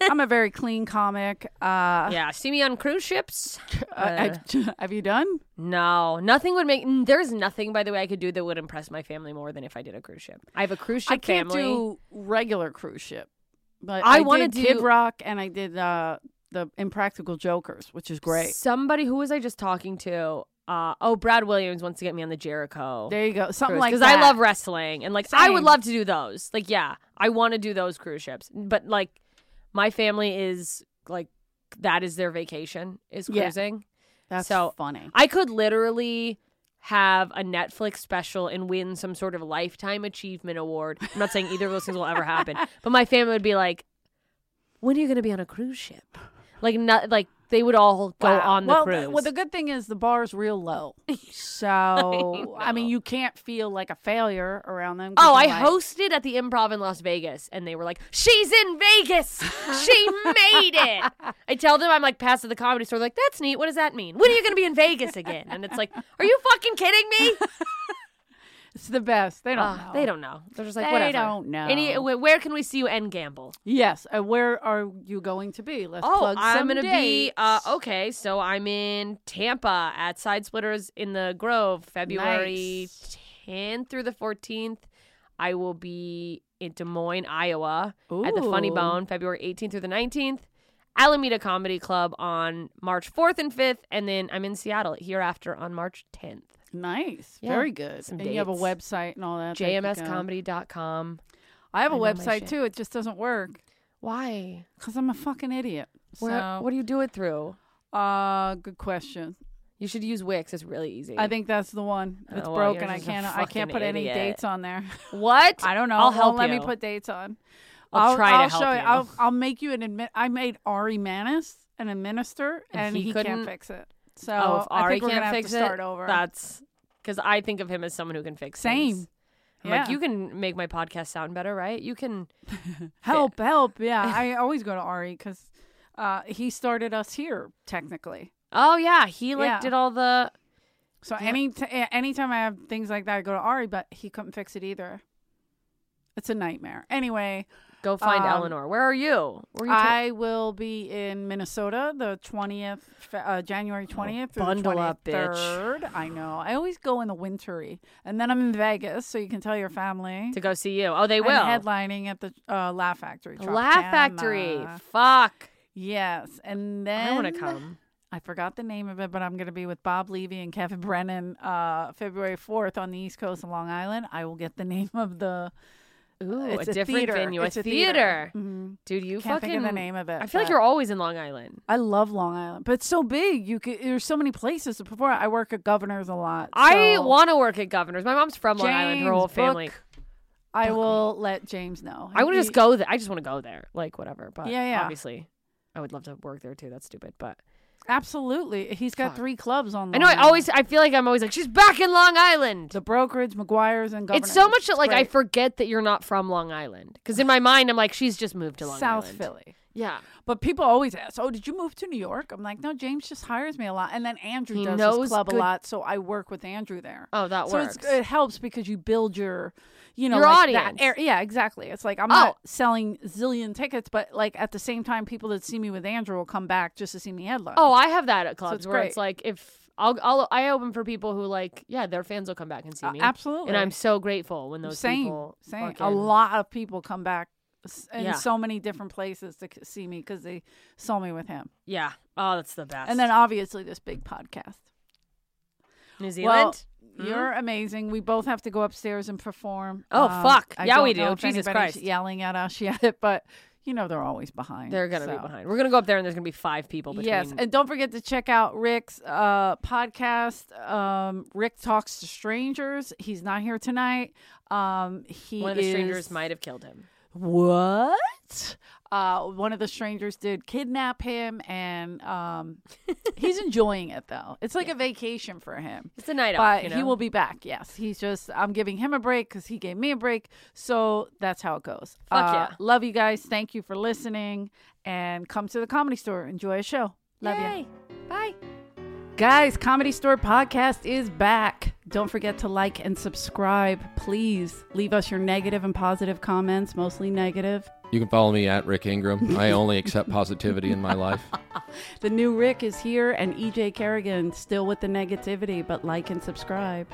S2: I'm a very clean comic. Uh,
S4: Yeah, see me on cruise ships.
S2: I- I- have you done?
S4: No, nothing would make. mm, There's nothing, by the way, I could do that would impress my family more than if I did a cruise ship. I have a cruise ship
S2: I can't
S4: family.
S2: do regular cruise ship, but
S4: I
S2: I,
S4: wanna
S2: did Kid
S4: do-
S2: Rock and I did uh, the Impractical Jokers, which is great.
S4: Somebody who was I just talking to? Uh, oh, Brad Williams wants to get me on the Jericho.
S2: There you go, something like
S4: cruise,
S2: that.
S4: I love wrestling and like I would
S2: Same.
S4: love to do those. Like yeah, I want to do those cruise ships. But like my family is like that is their vacation is
S2: Yeah.
S4: cruising.
S2: That's
S4: so-
S2: funny.
S4: I could literally have a Netflix special and win some sort of lifetime achievement award. I'm not saying either of those things will ever happen, but my family would be like, "When are you going to be on a cruise ship?" Like not like they would all go
S2: Wow.
S4: on the
S2: well,
S4: cruise.
S2: Well, the good thing is the bar's real low, so I, mean you can't feel like a failure around them. 'cause
S4: Oh, I
S2: you're like,
S4: hosted at the Improv in Las Vegas, and they were like, "She's in Vegas. She made it." I tell them I'm like past the comedy store, like, "That's neat. What does that mean? When are you going to be in Vegas again?" And it's like, "Are you fucking kidding me?"
S2: It's the best. They don't.
S4: Ah,
S2: know.
S4: They don't know. They're just like,
S2: They
S4: "Whatever."
S2: don't know.
S4: Any, wh- where can we see you and gamble?
S2: Yes. Uh, where are you going to be? Let's plug
S4: Oh, I'm
S2: some
S4: gonna be
S2: dates.
S4: uh, okay. So I'm in Tampa at Side Splitters in the Grove, February
S2: Nice.
S4: 10th through the 14th. I will be in Des Moines, Iowa, at the Funny
S2: Ooh.
S4: Bone, February 18th through the 19th. Alameda Comedy Club on March 4th and 5th, and then I'm in Seattle hereafter on March 10th.
S2: Nice.
S4: Yeah,
S2: Very good.
S4: some
S2: and you have a
S4: dates.
S2: website and all that. that you go-
S4: JMScomedy.com.
S2: I have a
S4: I know my shit.
S2: website too. It just doesn't work
S4: Why?
S2: because I'm a fucking idiot.
S4: Where,
S2: so,
S4: what do you do it through?
S2: uh, good question.
S4: You should use Wix. It's really easy.
S2: I think that's the one. It's
S4: Oh, well,
S2: broken.
S4: yours
S2: I
S4: is a
S2: can't. I can't
S4: fucking
S2: put any
S4: idiot.
S2: dates on there.
S4: what?
S2: I don't know.
S4: I'll
S2: It won't
S4: help
S2: Let me
S4: you.
S2: put dates on.
S4: I'll try to
S2: I'll
S4: help
S2: show
S4: you.
S2: I'll, I'll make you an admit. I made Ari Manis an administer,
S4: And
S2: and,
S4: he
S2: he,
S4: couldn't-
S2: can't fix it. So
S4: oh, if
S2: I
S4: Ari
S2: think we're
S4: can't
S2: gonna
S4: fix
S2: have to start
S4: it,
S2: over.
S4: that's because I think of him as someone who can fix
S2: Same.
S4: things. I'm like,
S2: Yeah.
S4: you can make my podcast sound better, right? You can.
S2: help, help. Yeah, I always go to Ari because uh, he started us here technically.
S4: Oh yeah, he like
S2: Yeah.
S4: did all the.
S2: So any t- a- anytime I have things like that, I go to Ari, but he couldn't fix it either. It's a nightmare. Anyway,
S4: Go find
S2: Um,
S4: Eleanor. Where are you? Where are you? ta-
S2: I will be in Minnesota the twentieth, uh, January twentieth.
S4: Oh, bundle up, bitch.
S2: I know. I always go in the wintery, and then I'm in Vegas, so you can tell your family.
S4: to go see you. Oh, they
S2: I'm
S4: will.
S2: headlining at the uh, Laugh Factory.
S4: Laugh Factory.
S2: Tropicana.
S4: Fuck.
S2: Yes, and then
S4: I want to come.
S2: I forgot the name of it, but I'm going to be with Bob Levy and Kevin Brennan uh, February 4th on the East Coast of Long Island. I will get the name of the
S4: Ooh,
S2: it's
S4: a,
S2: a
S4: different
S2: theater.
S4: venue,
S2: It's
S4: a
S2: a
S4: theater.
S2: theater. Mhm.
S4: Dude, you
S2: Can't
S4: fucking
S2: think of the name of it,
S4: I feel like
S2: but-
S4: you're always in Long Island.
S2: I love Long Island, but it's so big. You could, there's so many places to perform. I work at Governor's a lot.
S4: I
S2: so
S4: want to work at Governor's. My mom's from Long Island. Her
S2: James,
S4: whole family.
S2: book- I will let James know.
S4: I would
S2: He-
S4: just go there. I just want to go there, like whatever. But
S2: Yeah, yeah.
S4: Obviously, I would love to work there too. That's stupid, but
S2: Absolutely. He's got
S3: Fuck.
S2: three clubs on.
S3: I know. I
S2: Long Island.
S3: always. I feel like I'm always like she's back in Long Island.
S2: the brokerage, McGuire's, and
S3: It's so
S2: Governors.
S3: much that like I
S2: great.
S3: forget that you're not from Long Island because in my mind I'm like she's just moved to Long
S2: South
S3: Island.
S2: Philly.
S3: Yeah,
S2: But people always ask, "Oh, did you move to New York?" I'm like, "No, James just hires me a lot, and then Andrew
S3: He
S2: does
S3: knows
S2: his club
S3: good-
S2: a lot, so I work with Andrew there."
S3: Oh, that
S2: so
S3: works.
S2: It's, it helps because you build your, you know,
S3: Your
S2: like that
S3: audience.
S2: air- yeah, exactly. It's like I'm
S3: Oh.
S2: not selling zillion tickets, but like at the same time, people that see me with Andrew will come back just to see me headline.
S3: Oh, I have that at clubs
S2: it's
S3: where it's
S2: great.
S3: like if I'll, I'll I open for people who like yeah their fans will come back and see
S2: Uh,
S3: me.
S2: absolutely.
S3: and I'm so grateful when those
S2: same,
S3: people
S2: same. A
S3: fucking-
S2: lot of people come back s- in
S4: Yeah.
S2: so many different places to c- see me because they saw me with him,
S4: Yeah. Oh, that's the best.
S2: and then obviously this big podcast.
S4: New
S2: Well,
S4: Zealand. Hmm?
S2: You're amazing. We both have to go upstairs and perform. Um,
S4: Oh, fuck.
S2: I
S4: Yeah,
S2: don't
S4: we do.
S2: know if
S4: Jesus
S2: anybody's
S4: Christ.
S2: yelling at us yet, but you know they're always behind.
S4: They're gonna be
S2: so.
S4: behind. We're gonna go up there, and there's gonna be five people. Between.
S2: Yes, and don't forget to check out Rick's uh, podcast. Um, Rick talks to strangers. He's not here tonight. Um, he
S4: one of the strangers
S2: is-
S4: might have killed him.
S2: what? Uh, one of the strangers did kidnap him, and um, he's enjoying it though. It's like a vacation for him.
S4: It's a night
S2: but
S4: off. You know?
S2: he will be back. Yes, he's just I'm giving him a break because he gave me a break. So that's how it goes. Uh,
S4: Fuck yeah.
S2: Love you guys. Thank you for listening, and come to the comedy store. Enjoy a show. Love you.
S4: Bye.
S2: Guys, Comedy Store Podcast is back. Don't forget to like and subscribe, please. Leave us your negative and positive comments, mostly negative.
S5: You can follow me at Rick Ingram. I only accept positivity in my life.
S2: E The new Rick is here, and EJ Kerrigan still with the negativity, but like and subscribe.